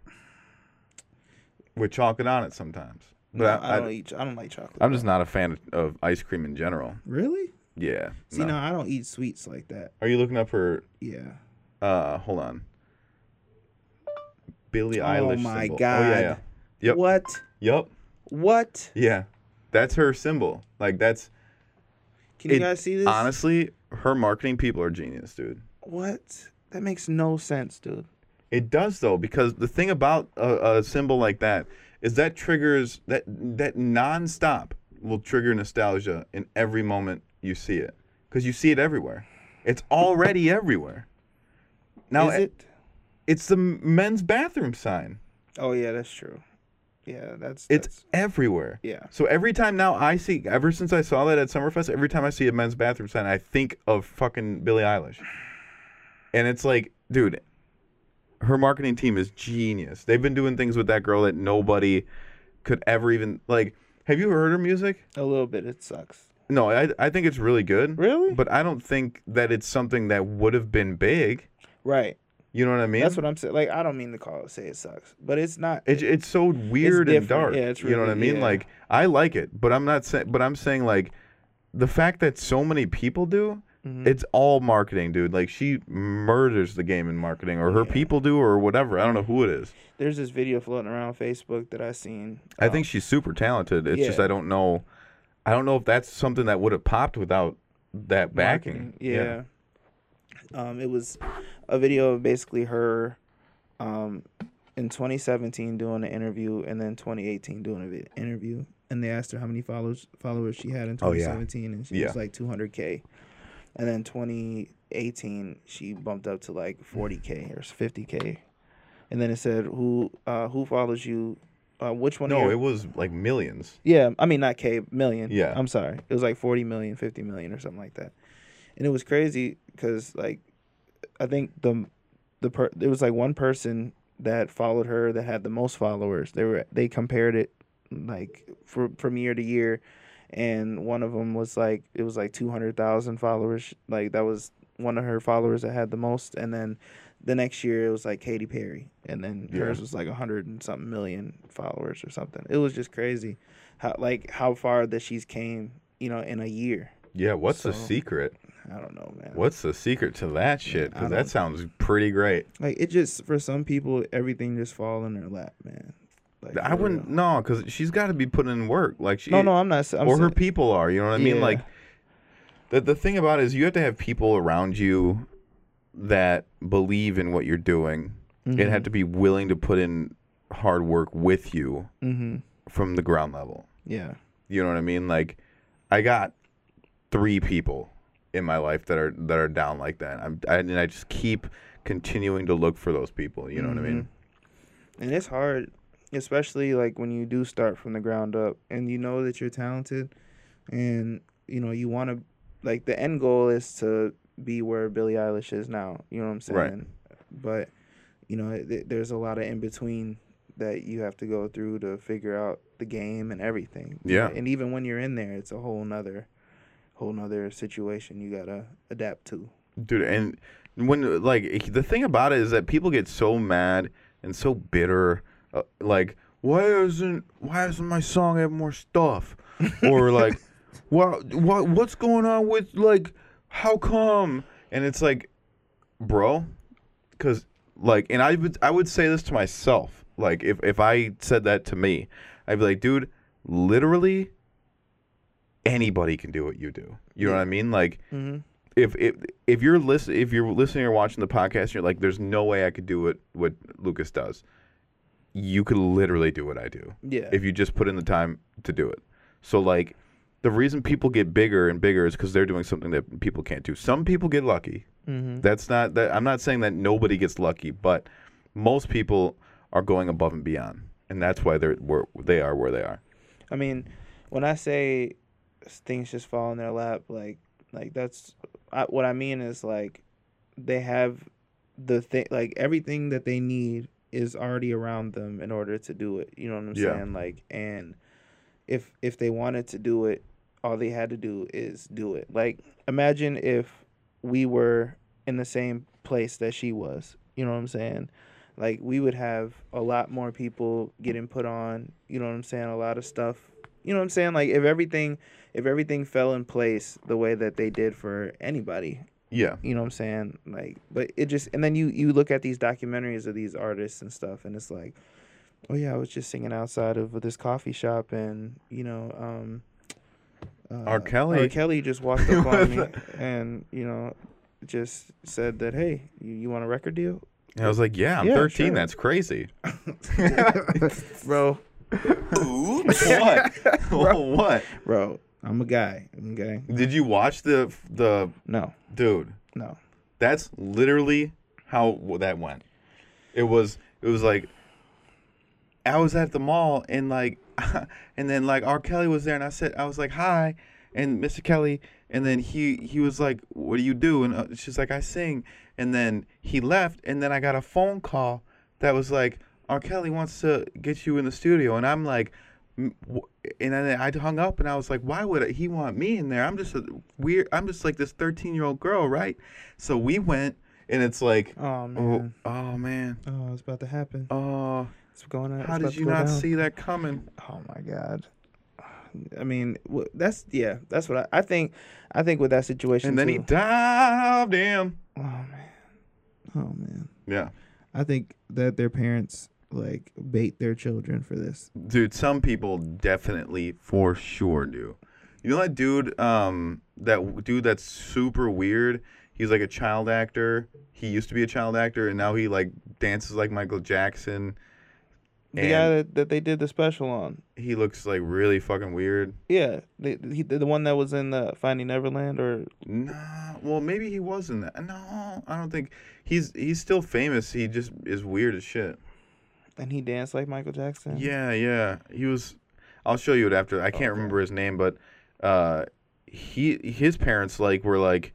S1: with chocolate on it sometimes.
S2: No,
S1: But
S2: I,
S1: I,
S2: don't
S1: I,
S2: eat. I don't like chocolate.
S1: am just not a fan of, of ice cream in general.
S2: really?
S1: Yeah.
S2: See,
S1: no.
S2: no, I don't eat sweets like that.
S1: Are you looking up her?
S2: Yeah.
S1: Uh, hold on. Billie
S2: Oh
S1: Eilish.
S2: my
S1: symbol. Oh yeah,
S2: God.
S1: yeah. Yep.
S2: What?
S1: Yep.
S2: What?
S1: Yeah. That's her symbol. Like that's
S2: Can you
S1: It-
S2: guys see this?
S1: honestly, her marketing people are genius, dude.
S2: What? That makes no sense, dude.
S1: It does though, because the thing about a, a symbol like that is that triggers that that nonstop will trigger nostalgia in every moment you see it, because you see it everywhere. It's already everywhere. Now
S2: Is it?
S1: it's the men's bathroom sign.
S2: Oh yeah, that's true. Yeah, that's.
S1: It's
S2: that's-
S1: everywhere.
S2: yeah.
S1: So every time now I see, ever since I saw that at Summerfest, every time I see a men's bathroom sign, I think of fucking Billie Eilish. And it's like, dude, her marketing team is genius. They've been doing things with that girl that nobody could ever even like. Have you heard her music?
S2: a little bit. It sucks.
S1: No, I I think it's really good.
S2: Really?
S1: But I don't think that it's something that would have been big.
S2: Right.
S1: You know what I mean?
S2: That's what I'm saying. Like, I don't mean to call it say it sucks, but it's not.
S1: It's it's so weird and
S2: different.
S1: dark.
S2: Yeah, it's
S1: you know what I
S2: really-
S1: mean?
S2: yeah.
S1: Like I like it, but I'm not saying. But I'm saying like the fact that so many people do.
S2: Mm-hmm.
S1: It's all marketing, dude. Like she murders the game in marketing, or her people do, or whatever. I don't know who it is.
S2: there's this video floating around Facebook that I seen.
S1: I think she's super talented. It's just
S2: Oh. yeah.
S1: I don't know. I don't know if that's something that would have popped without that backing.
S2: marketing. Yeah. Um, it was a video of basically her um, in 2017 doing an interview and then 2018 doing an interview. And they asked her how many followers followers she had in
S1: Oh, yeah.
S2: 2017, and she
S1: Yeah.
S2: was like 200k. And then 2018, she bumped up to like 40k or 50k. And then it said, "Who uh, who follows you? Uh, which one?" of
S1: No,
S2: your-
S1: it was like millions.
S2: yeah, I mean not K million.
S1: Yeah.
S2: I'm sorry. It was like 40 million, 50 million or something like that. And it was crazy cuz like I think the the per- there was like one person that followed her that had the most followers. They were they compared it like for, from year to year and one of them was like it was like 200,000 followers. Like that was one of her followers that had the most and then the next year it was like Katy Perry and then
S1: Yeah.
S2: hers was like 100 and something million followers or something. It was just crazy how like how far that she's came, you know, in a year.
S1: Yeah, what's the
S2: So-
S1: secret?
S2: I don't know, man.
S1: What's the secret to that shit?
S2: I
S1: Because that
S2: don't-
S1: sounds pretty great.
S2: Like it just for some people, everything just fall in their lap, man. Like
S1: I
S2: for
S1: wouldn't
S2: real.
S1: no, because she's got to be putting in work. Like she,
S2: No, no, I'm not. s- I'm
S1: or her
S2: saying-
S1: people are. You know what I mean?
S2: Yeah.
S1: Like the the thing about it is you have to have people around you that believe in what you're doing and
S2: Mm-hmm.
S1: have to be willing to put in hard work with you
S2: Mm-hmm.
S1: from the ground level.
S2: yeah,
S1: You know what I mean? Like I got three people in my life that are that are down like that. I'm, I, and I just keep continuing to look for those people. You know what I
S2: Mm-hmm.
S1: mean?
S2: and it's hard especially like when you do start from the ground up and you know that you're talented and you know you want to like the end goal is to be where billie eilish is now you know what i'm saying
S1: Right.
S2: but you know th- there's a lot of in between that you have to go through to figure out the game and everything
S1: Yeah.
S2: and even when you're in there it's a whole nother whole nother situation you gotta adapt to
S1: dude and when like the thing about it is that people get so mad and so bitter uh, like why isn't why doesn't my song have more stuff or like what what what's going on with like how come and it's like bro because like and i would i would say this to myself like if if i said that to me i'd be like dude literally anybody can do what you do you know what i mean like if if if you're listen if you're listening or watching the podcast, you're like, there's no way I could do what what Lucas does. You could literally do what I do.
S2: Yeah.
S1: If you just put in the time to do it. So like, the reason people get bigger and bigger is because they're doing something that people can't do. Some people get lucky.
S2: Mm-hmm.
S1: That's not that. I'm not saying that nobody gets lucky, but most people are going above and beyond, and that's why they're where they are where they are.
S2: I mean, when I say things just fall in their lap, like like that's I, what I mean is like they have the thing like everything that they need is already around them in order to do it. You know what I'm
S1: Yeah.
S2: saying? Like and if if they wanted to do it, all they had to do is do it. Like imagine if we were in the same place that she was. You know what I'm saying? Like we would have a lot more people getting put on, you know what I'm saying, a lot of stuff. You know what I'm saying? Like if everything if everything fell in place the way that they did for anybody,
S1: Yeah.
S2: you know what I'm saying? Like, but it just and then you you look at these documentaries of these artists and stuff, and it's like, oh yeah, I was just singing outside of this coffee shop, and you know, um, uh,
S1: R. Kelly.
S2: R. Kelly just walked up on me, and you know, just said that, hey, you, you want a record deal,
S1: And I was like, yeah, I'm
S2: Yeah,
S1: 13.
S2: sure.
S1: That's crazy.
S2: bro?
S1: what? what?
S2: Bro, I'm a guy, okay?
S1: Did you watch the the
S2: No,
S1: dude?
S2: no,
S1: That's literally how w- that went. It was it was like I was at the mall and like and then like R. Kelly was there and I said I was like hi and Mr. Kelly and then he he was like what do you do and uh, she's like I sing and then he left and then I got a phone call that was like R. Kelly wants to get you in the studio and I'm like "M- wh- and then I hung up and I was like why would he want me in there I'm just a weird I'm just like this 13 year old girl right so we went and it's like
S2: oh
S1: oh,
S2: man,
S1: oh man
S2: oh, it's about to happen.
S1: oh
S2: It's going on.
S1: how did you not see that coming?
S2: Oh my god. I mean, wh- that's yeah, that's what I, I think. I think with that situation,
S1: And then he
S2: too-
S1: dived in.
S2: oh man, oh man.
S1: Yeah.
S2: I think that their parents like bait their children for this.
S1: Dude, some people definitely for sure do. You know that dude, um, that w- dude that's super weird? He's like a child actor. He used to be a child actor and now he like dances like Michael Jackson.
S2: The
S1: And-
S2: guy that, that they did the special on,
S1: He looks like really fucking weird.
S2: yeah, the he, the one that was in the Finding Neverland, or
S1: Nah, well maybe he was in that. No, I don't think he's he's still famous. He just is weird as shit.
S2: and he danced like Michael Jackson.
S1: Yeah, yeah. He was. I'll show you it after. I can't remember his name, but uh, he his parents like were like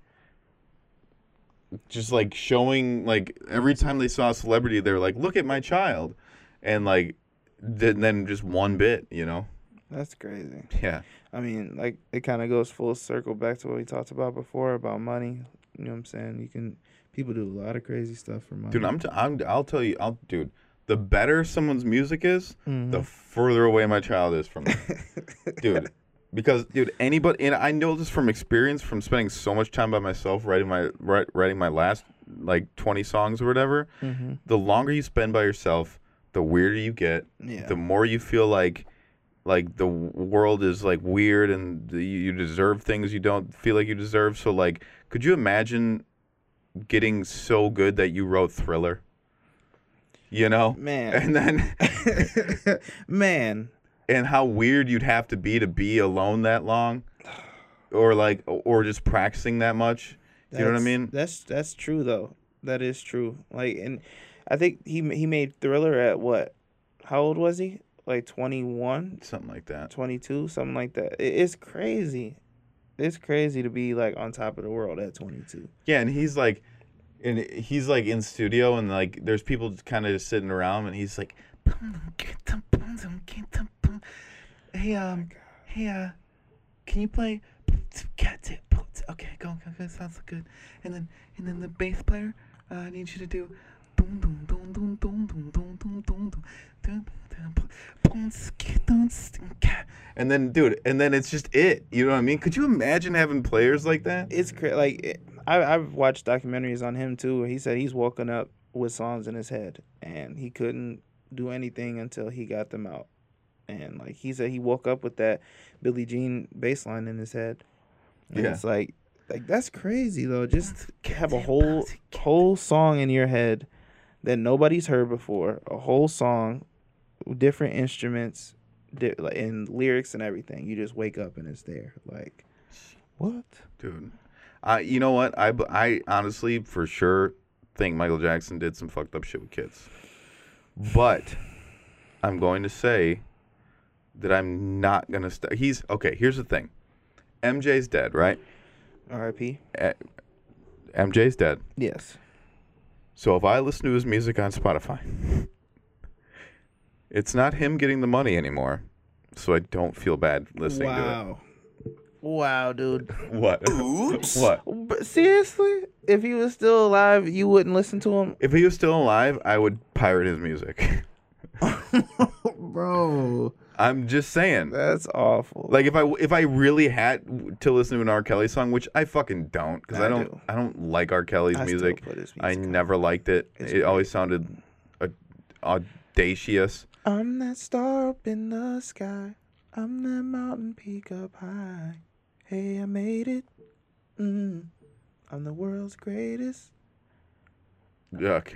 S1: just like showing like every time they saw a celebrity, they were like, "Look at my child," and like then then just one bit, you know?
S2: that's crazy.
S1: Yeah,
S2: I mean, like it kind of goes full circle back to what we talked about before about money. You know what I'm saying? You can people do a lot of crazy stuff for money.
S1: dude. I'm t- I'm I'll tell you, I'll dude. The better someone's music is, the further away my child is from me. dude. Because, dude, anybody, and I know this from experience, from spending so much time by myself writing my wri- writing my last like twenty songs or whatever. The longer you spend by yourself, the weirder you get.
S2: Yeah.
S1: The more you feel like, like the w- world is like weird, and the, you deserve things you don't feel like you deserve. So, like, could you imagine getting so good that you wrote Thriller? You know,
S2: Man.
S1: and then
S2: Man,
S1: and how weird you'd have to be to be alone that long. or like or just practicing that much. You know what I
S2: That's-
S1: mean?
S2: That's that's true though. That is true. Like, and I think he he made Thriller at what? How old was he? Like 21,
S1: Something like that.
S2: 22, something like that. It, it's crazy. It's crazy to be like on top of the world at 22.
S1: Yeah, and he's like, and he's like in studio, and like there's people kind of just sitting around, and he's like, um, hey um, hey uh, can you play? Okay, go, go, go. Sounds good. And then and then the bass player, uh, I need you to do. And then, dude, and then it's just it. You know what I mean? Could you imagine having players like that?
S2: It's cra- like it, I I've watched documentaries on him too. Where he said he's woken up with songs in his head and he couldn't do anything until he got them out. And like he said, he woke up with that Billie Jean bass line in his head. And
S1: Yeah.
S2: it's like like that's crazy though. Just to have a whole whole song in your head that nobody's heard before. A whole song, different instruments, di- like and lyrics and everything. You just wake up and it's there. Like what?
S1: dude. I you know what I b- I honestly for sure think Michael Jackson did some fucked up shit with kids, but I'm going to say that I'm not gonna. St- he's okay. Here's the thing, MJ's dead, right?
S2: R.I.P.
S1: MJ's dead.
S2: Yes.
S1: So if I listen to his music on Spotify, it's not him getting the money anymore. So I don't feel bad listening
S2: Wow. Wow, dude.
S1: to it. What?
S3: Oops.
S1: What?
S2: But seriously, if he was still alive, you wouldn't listen to him,
S1: If he was still alive, I would pirate his music.
S2: bro.
S1: I'm just saying.
S2: That's awful.
S1: Like if I if I really had to listen to an R. Kelly song, which I fucking don't, because I,
S2: I
S1: don't
S2: do.
S1: I don't like R. Kelly's
S2: I still
S1: music.
S2: put his
S1: I
S2: music on.
S1: never liked it. it always sounded a- audacious.
S2: I'm that star up in the sky. I'm that mountain peak up high. Hey, I made it. Mm. I'm the world's greatest,
S1: Yuck,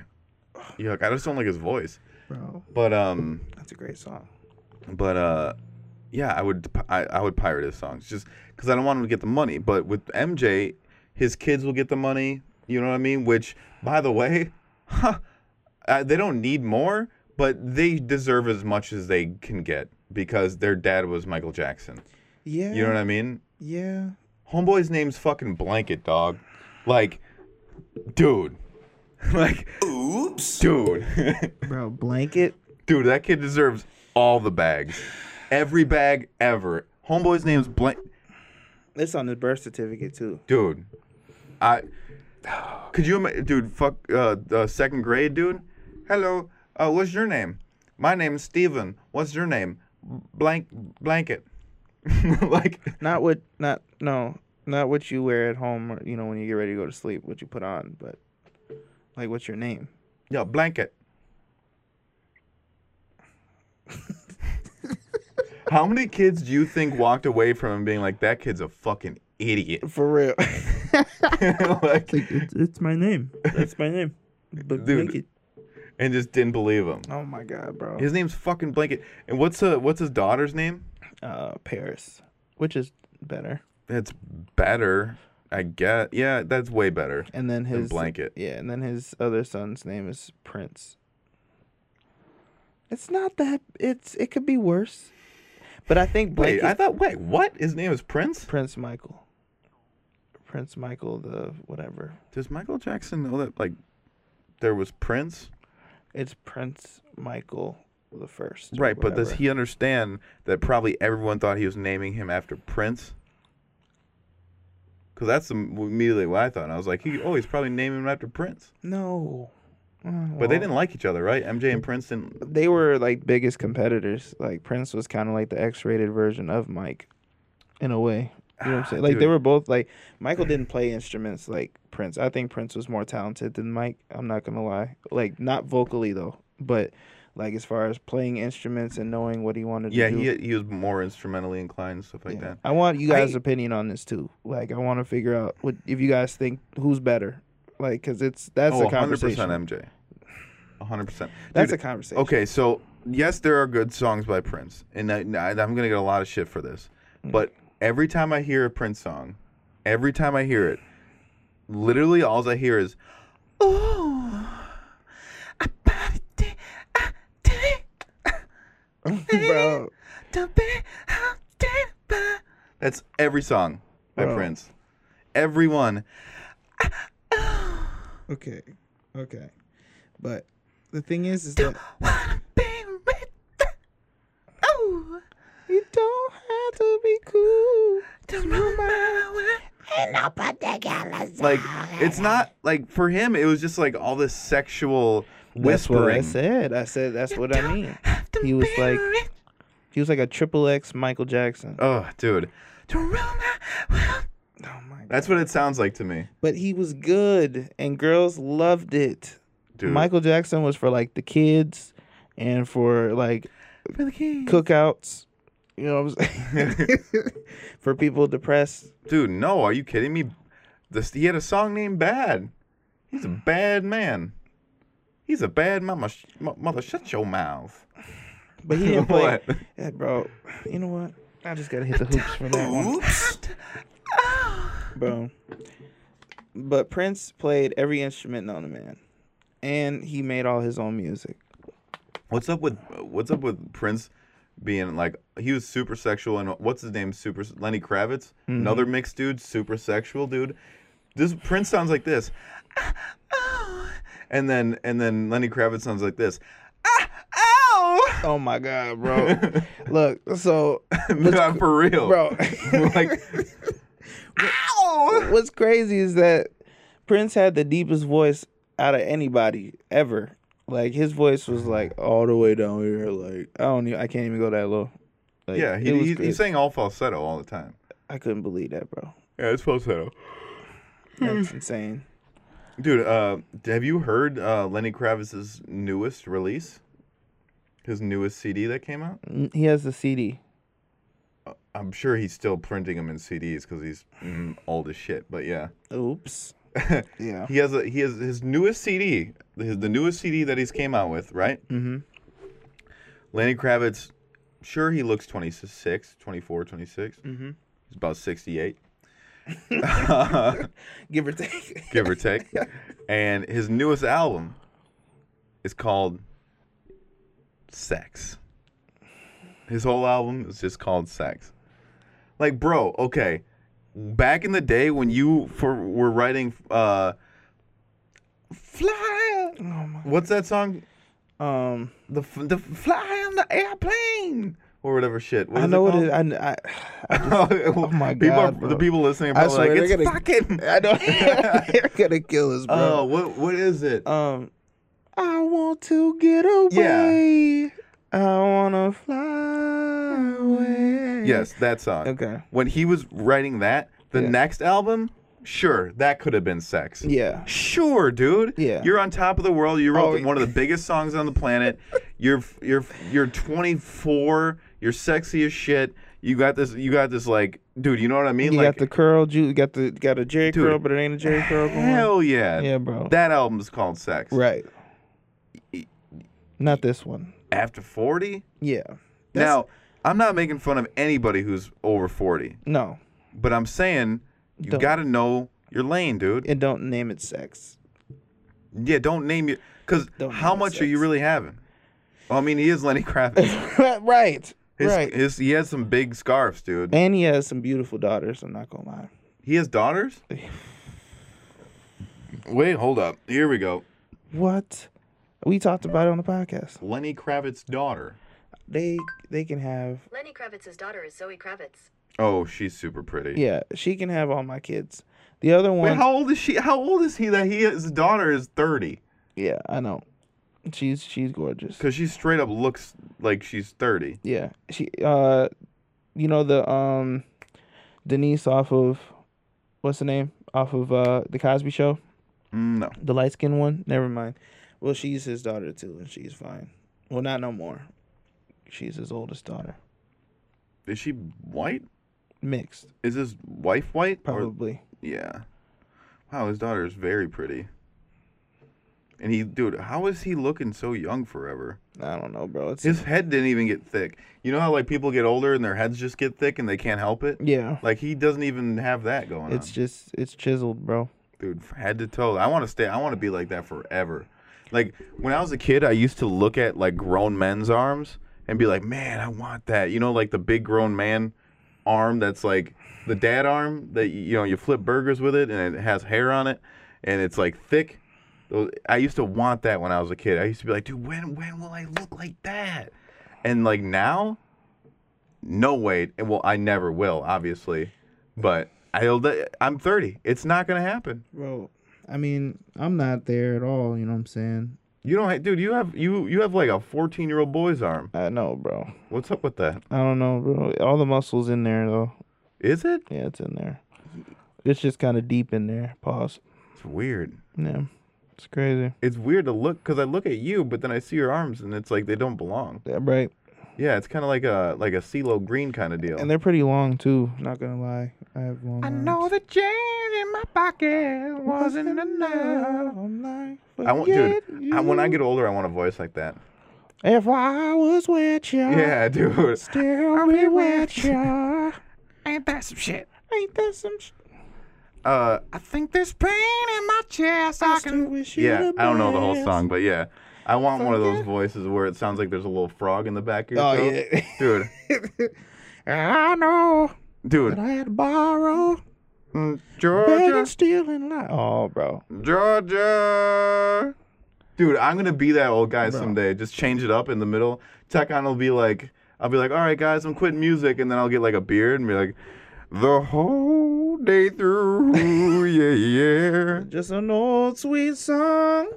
S1: yuck. I just don't like his voice.
S2: bro.
S1: But um,
S2: That's a great song.
S1: but uh, yeah, I would pi- I, I would pirate his songs just because I don't want him to get the money. But with MJ, his kids will get the money. You know what I mean? Which, by the way, huh, uh, they don't need more, but they deserve as much as they can get because their dad was Michael Jackson.
S2: Yeah.
S1: You know what I mean?
S2: Yeah.
S1: Homeboy's name's fucking Blanket Dog. Like, dude. like,
S3: Oops.
S1: dude.
S2: Bro, blanket.
S1: dude, that kid deserves all the bags. Every bag ever. Homeboy's name's Blank.
S2: It's on his birth certificate too.
S1: dude. I could you, ima- dude? Fuck, uh, the second grade, dude. Hello, uh, what's your name? My name's Steven. What's your name? Blank blanket. like,
S2: Not what not no, not what you wear at home or you know when you get ready to go to sleep, what you put on, but like what's your name?
S1: yeah, blanket. How many kids do you think walked away from him being like, "That kid's a fucking idiot"?
S2: For real.
S1: like,
S2: it's, it's my name. That's my name. But
S1: Dude.
S2: blanket.
S1: and just didn't believe him.
S2: Oh my god, bro.
S1: His name's fucking blanket. And what's uh, what's his daughter's name?
S2: uh Paris, which is better.
S1: That's better. I guess. Yeah, that's way better.
S2: And then
S1: Than
S2: his
S1: blanket.
S2: Yeah, and then his other son's name is Prince. It's not that it's it could be worse. But I think
S1: Wait,
S2: blanket
S1: I thought. Wait, what? His name is Prince.
S2: Prince Michael. Prince Michael the whatever.
S1: Does Michael Jackson know that like there was Prince?
S2: It's Prince Michael the first. or
S1: Right, but does
S2: whatever.
S1: he understand that probably everyone thought he was naming him after Prince? Because that's im- immediately what I thought. And I was like, he, oh, he's probably naming him after Prince.
S2: No.
S1: But
S2: Uh,
S1: they
S2: well,
S1: didn't like each other, right? MJ and Prince didn't.
S2: They were like biggest competitors. Like Prince was kind of like the X-rated version of Mike, in a way. You know what I'm saying? Like they
S1: Ah, Dude.
S2: were both like Michael didn't play instruments like Prince. I think Prince was more talented than Mike. I'm not gonna lie. Like not vocally though, but like as far as playing instruments and knowing what he wanted
S1: Yeah,
S2: to do.
S1: he, he was more instrumentally inclined, stuff like
S2: Yeah.
S1: that.
S2: I want you guys'
S1: I-
S2: opinion on this too. Like, I want to figure out what if you guys think who's better. Like, cause it's that's
S1: oh,
S2: a conversation.
S1: 100% MJ. 100%.
S2: that's
S1: Dude,
S2: a conversation.
S1: Okay,
S2: Mm.
S1: so yes, there are good songs by Prince, and I, I- I'm gonna get a lot of shit for this, but every time I hear a Prince song, every time I hear it, literally all I hear is, oh, I bought it, did- I did it,
S2: Bro,
S1: don't be out there, but-" That's every song by
S2: Bro.
S1: Prince. Everyone.
S2: okay, okay, but the thing is, is that
S1: Wanna be with the- oh,
S2: you don't have to be cool.
S1: don't know my way. Like, it's not like for him, it was just like all this sexual
S2: That's what I
S1: whispering.
S2: said. I said that's what I mean. He was like, he was like a triple X Michael Jackson.
S1: Oh, dude. Don't know my way.
S2: Oh my god!
S1: That's what it sounds like to me.
S2: But he was good, and girls loved it.
S1: Dude.
S2: Michael Jackson was for like the kids, and for like
S1: For the king.
S2: cookouts. You know what I'm saying? for people depressed.
S1: Dude, no, are you kidding me? This he had a song named Bad. He's a bad man. He's a bad mama. Sh- mo- mother, shut your mouth.
S2: But he didn't play.
S1: What?
S2: Yeah, bro, you know what? I just gotta hit the hoops for that one,
S3: Oops.
S2: bro. But Prince played every instrument known to man, and he made all his own music.
S1: What's up with What's up with Prince being like? He was super sexual, and what's his name? Super Lenny Kravitz, another mixed dude, super sexual dude. This Prince sounds like this, and then and then Lenny Kravitz sounds like this. Ow!
S2: Oh my god, bro! Look, so
S1: Not for real,
S2: bro.
S1: like, ow!
S2: What's crazy is that Prince had the deepest voice out of anybody ever. Like his voice was like all the way down here. Like I don't, even, I can't even go that low. Like,
S1: Yeah,
S2: it
S1: he,
S2: was
S1: he, he
S2: crazy.
S1: sang all falsetto all the time.
S2: I couldn't believe that, bro.
S1: Yeah, it's falsetto.
S2: That's insane.
S1: Dude, uh, have you heard uh, Lenny Kravitz's newest release? His newest CD that came out?
S2: N- He has the CD.
S1: I'm sure he's still printing them in CDs because he's mm, old as shit. But yeah,
S2: Oops. yeah.
S1: he has a he has his newest CD, his, the newest CD that he's came out with, right? Mm-hmm. Lenny Kravitz, sure he looks 26, 24, 26. Mm-hmm. He's about 68.
S2: Give or take.
S1: give or take. and his newest album is called Sex. His whole album is just called Sex. Like, bro, okay. Back in the day when you for were writing uh Fly
S2: Oh
S1: What's that song?
S2: Um,
S1: The f- the fly on the airplane or whatever shit. What
S2: I
S1: is
S2: know
S1: it
S2: what
S1: called?
S2: it. I, kn- I,
S1: oh
S2: my
S1: people
S2: God,
S1: are-
S2: bro.
S1: The people listening are
S2: I
S1: probably
S2: swear
S1: like,
S2: they're
S1: it's
S2: gonna-
S1: fucking.
S2: I know they're gonna kill us,
S1: Oh,
S2: bro.
S1: what what is it?
S2: Um, I want to get away. I wanna fly away.
S1: Yes, that song.
S2: Okay.
S1: When he was writing that, the
S2: Yeah.
S1: next album, sure, that could have been sex.
S2: Yeah.
S1: Sure, dude.
S2: Yeah.
S1: You're on top of the world. You wrote
S2: Oh,
S1: the- one of the biggest songs on the planet. You're you're you're 24. You're sexy as shit. You got this. You got this. Like, dude, you know what I mean?
S2: You
S1: like,
S2: got the curl. You got the got a Jerry
S1: Dude,
S2: curl, but it ain't a Jerry curl. going.
S1: hell yeah.
S2: Yeah, bro.
S1: That album's called Sex.
S2: Right. Not this one.
S1: After 40.
S2: Yeah.
S1: now, I'm not making fun of anybody who's over 40,
S2: No,
S1: but I'm saying you
S2: Don't.
S1: got to know your lane, dude.
S2: and don't name it sex.
S1: Yeah, don't name your. Because
S2: Don't
S1: how
S2: name it
S1: much are you
S2: sex.
S1: really having? Well, I mean, he is Lenny Kravitz.
S2: right.
S1: His,
S2: right.
S1: his, he has some big scarves, dude.
S2: and he has some beautiful daughters. I'm not gonna lie.
S1: He has daughters? Wait, hold up. Here we go.
S2: What? We talked about it on the podcast.
S1: Lenny Kravitz's daughter.
S2: They they can have
S6: Lenny Kravitz's daughter is Zoe Kravitz.
S1: Oh, she's super pretty.
S2: yeah. She can have all my kids. The other one.
S1: Wait, how old is she? How old is he that he his daughter is 30?
S2: yeah, I know. She's she's gorgeous.
S1: Because she straight up looks like she's 30.
S2: Yeah. She uh you know the um Denise off of what's the name? Off of uh the Cosby show?
S1: Mm, No.
S2: The light skinned one? Never mind. Well she's his daughter too and she's fine. Well not no more. She's his oldest daughter.
S1: Is she white?
S2: Mixed,
S1: Is his wife white? Or-
S2: probably.
S1: yeah. Wow, his daughter is very pretty. And he, dude, how is he looking so young forever?
S2: I don't know, bro. It's
S1: His head didn't even get thick. You know how like people get older and their heads just get thick and they can't help it.
S2: yeah.
S1: Like he doesn't even have that going
S2: It's
S1: on,
S2: just it's chiseled, bro.
S1: dude. f- Head to toe. I want to stay. I want to be like that forever. Like when I was a kid, I used to look at like grown men's arms and be like, man, I want that. You know, like the big grown man arm that's like the dad arm that y- you know you flip burgers with it and it has hair on it and it's like thick. Those- I used to want that when I was a kid. I used to be like, dude, when when will I look like that? And like now, no wait. And well, I never will, obviously. But I'll, I'm 30. It's not gonna happen.
S2: Bro, I mean, I'm not there at all. You know what I'm saying?
S1: You don't, ha- dude. You have you you have like a 14 year old boy's arm.
S2: I know, bro.
S1: What's up with that?
S2: I don't know, bro. All the muscles in there though.
S1: Is it?
S2: Yeah, it's in there. It's just kind of deep in there. Pause.
S1: It's weird.
S2: Yeah, it's crazy.
S1: It's weird to look because I look at you, but then I see your arms, and it's like they don't belong.
S2: Yeah, right.
S1: Yeah, it's kind of like a like a CeeLo Green kind of deal.
S2: And they're pretty long too. Not gonna lie, I have long. I know that change in my pocket wasn't enough. I'm like,
S1: I want, dude.
S2: forget
S1: I, when I
S2: you.
S1: get older, I want a voice like that.
S2: if I was with you,
S1: Yeah, dude.
S2: still be with you. Ain't that some shit? Ain't that some? Sh-
S1: Uh,
S4: I think there's pain in my chest.
S2: I still wish you
S1: yeah.
S2: the
S1: I don't know the whole
S2: best.
S1: song, but yeah, I want one of those voices where it sounds like there's a little frog in the back of your
S2: Oh,
S1: throat.
S2: yeah.
S1: dude.
S2: I know
S1: Dude,
S2: that I had to borrow,
S1: Mm,
S2: beg,
S1: Georgia,
S2: and steal, and lie. Oh, bro.
S1: Georgia. Dude, I'm gonna be that old guy someday. Just change it up in the middle. Tekon will be like, I'll be like, all right, guys, I'm quitting music, and then I'll get like a beard and be like, the whole day through, yeah,
S2: Just an old sweet song.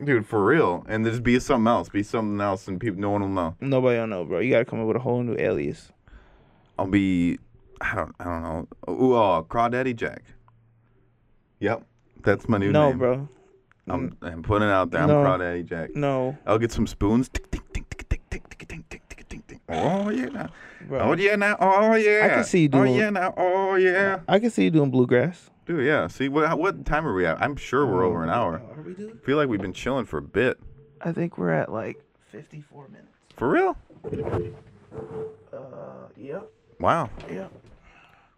S1: yeah. Dude, for real. And just be something else. Be something else, and people, no one will know.
S2: Nobody will know, bro. You gotta come up with a whole new alias.
S1: I'll be, I don't, I don't know. Ooh, oh, Crawdaddy Jack. Yep, that's my new
S2: no,
S1: name.
S2: bro.
S1: I'm, I'm putting it out there. I'm
S2: No.
S1: Crawdaddy Jack.
S2: No,
S1: I'll get some spoons. Tick, tick, tick, tick, tick, tick, tick, tick, tick, tick, tick, tick. Oh yeah. now.
S2: bro.
S1: Oh yeah now. Oh yeah.
S2: see you
S1: Oh
S2: doing-
S1: yeah now. Oh yeah.
S2: I can see you doing bluegrass.
S1: Dude, yeah. See what what time are we at? I'm sure we're over an hour.
S2: Are we doing?
S1: feel like we've been chilling for a bit.
S2: I think we're at like 54 minutes.
S1: For real?
S2: Uh, yep,
S1: Wow.
S2: yep.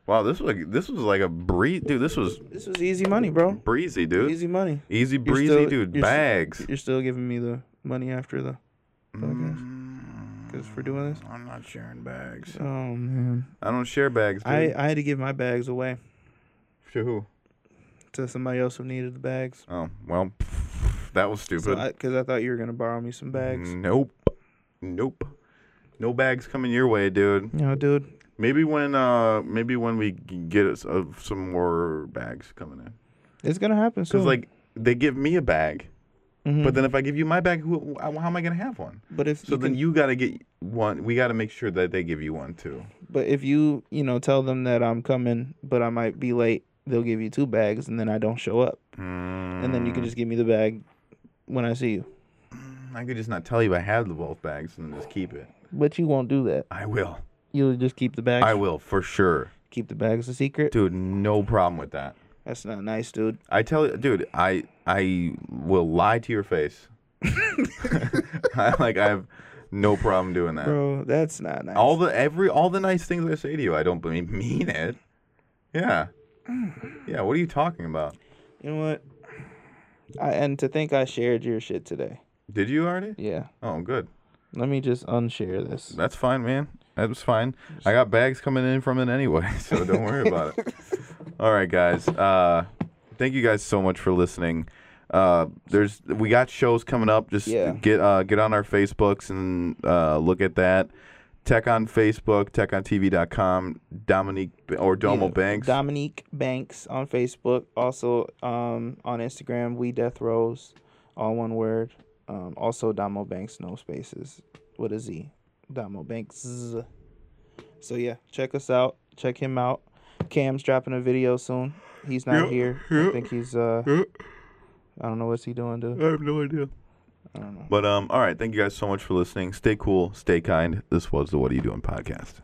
S1: Wow, this was like this was like a breeze dude, this was
S2: This was easy money, bro.
S1: breezy, dude. Easy,
S2: Easy money. You're
S1: breezy,
S2: still-
S1: dude.
S2: you're s-
S1: Bags.
S2: You're still giving me the money after the podcast
S1: Mm.
S2: because for doing this.
S1: I'm not sharing bags.
S2: Oh man,
S1: I don't share bags, dude.
S2: I I had to give my bags away
S1: to who?
S2: to somebody else who needed the bags.
S1: Oh, well, that was stupid.
S2: So because I, thought you were gonna borrow me some bags.
S1: Nope. Nope. No bags coming your way, dude.
S2: No, dude.
S1: Maybe when uh maybe when we g- get us, uh, some more bags coming in.
S2: It's gonna happen soon.
S1: Cuz like they give me a bag,
S2: Mhm.
S1: but then if I give you my bag, who, wh- how am I going to have one?
S2: but if
S1: So
S2: you
S1: then
S2: can-
S1: you got to get one. We got to make sure that they give you one too.
S2: but if you you know tell them that I'm coming, but I might be late, they'll give you two bags, and then I don't show up, and then you
S1: Hmm.
S2: can just give me the bag when I see you.
S1: I could just not tell you I have the both bags and then just keep it.
S2: But you won't do that.
S1: I will.
S2: You'll just keep the bags.
S1: I will for sure.
S2: keep the bags a secret.
S1: Dude, no problem with that.
S2: That's not nice, dude.
S1: I tell you, dude, I I will lie to your face. I, like I have no problem doing that.
S2: Bro, that's not nice.
S1: all the every all the nice things I say to you, I don't mean mean it. Yeah. Yeah. What are you talking about?
S2: you know what? I and to think I shared your shit today.
S1: Did you already?
S2: Yeah.
S1: Oh, good.
S2: Let me just unshare this.
S1: That's fine, man. That's fine. I got bags coming in from it anyway, so don't worry about it. All right, guys. Uh, thank you guys so much for listening. Uh, there's we got shows coming up. Just
S2: Yeah.
S1: get uh, get on our Facebooks and uh, look at that. Tech on Facebook, techontv.com, Dominique B- or Domo
S2: Yeah,
S1: Banks.
S2: Dominique Banks on Facebook. Also um, on Instagram, We Death Rose, all one word. Um, also Domo Banks, no spaces. With a Z. Domo Banks. So yeah, check us out. Check him out. Cam's dropping a video soon. He's not here. I think he's uh I don't know what's he doing to
S1: I have no idea. But um, all right. Thank you guys so much for listening. Stay cool. Stay kind. This was the What Are You Doing podcast.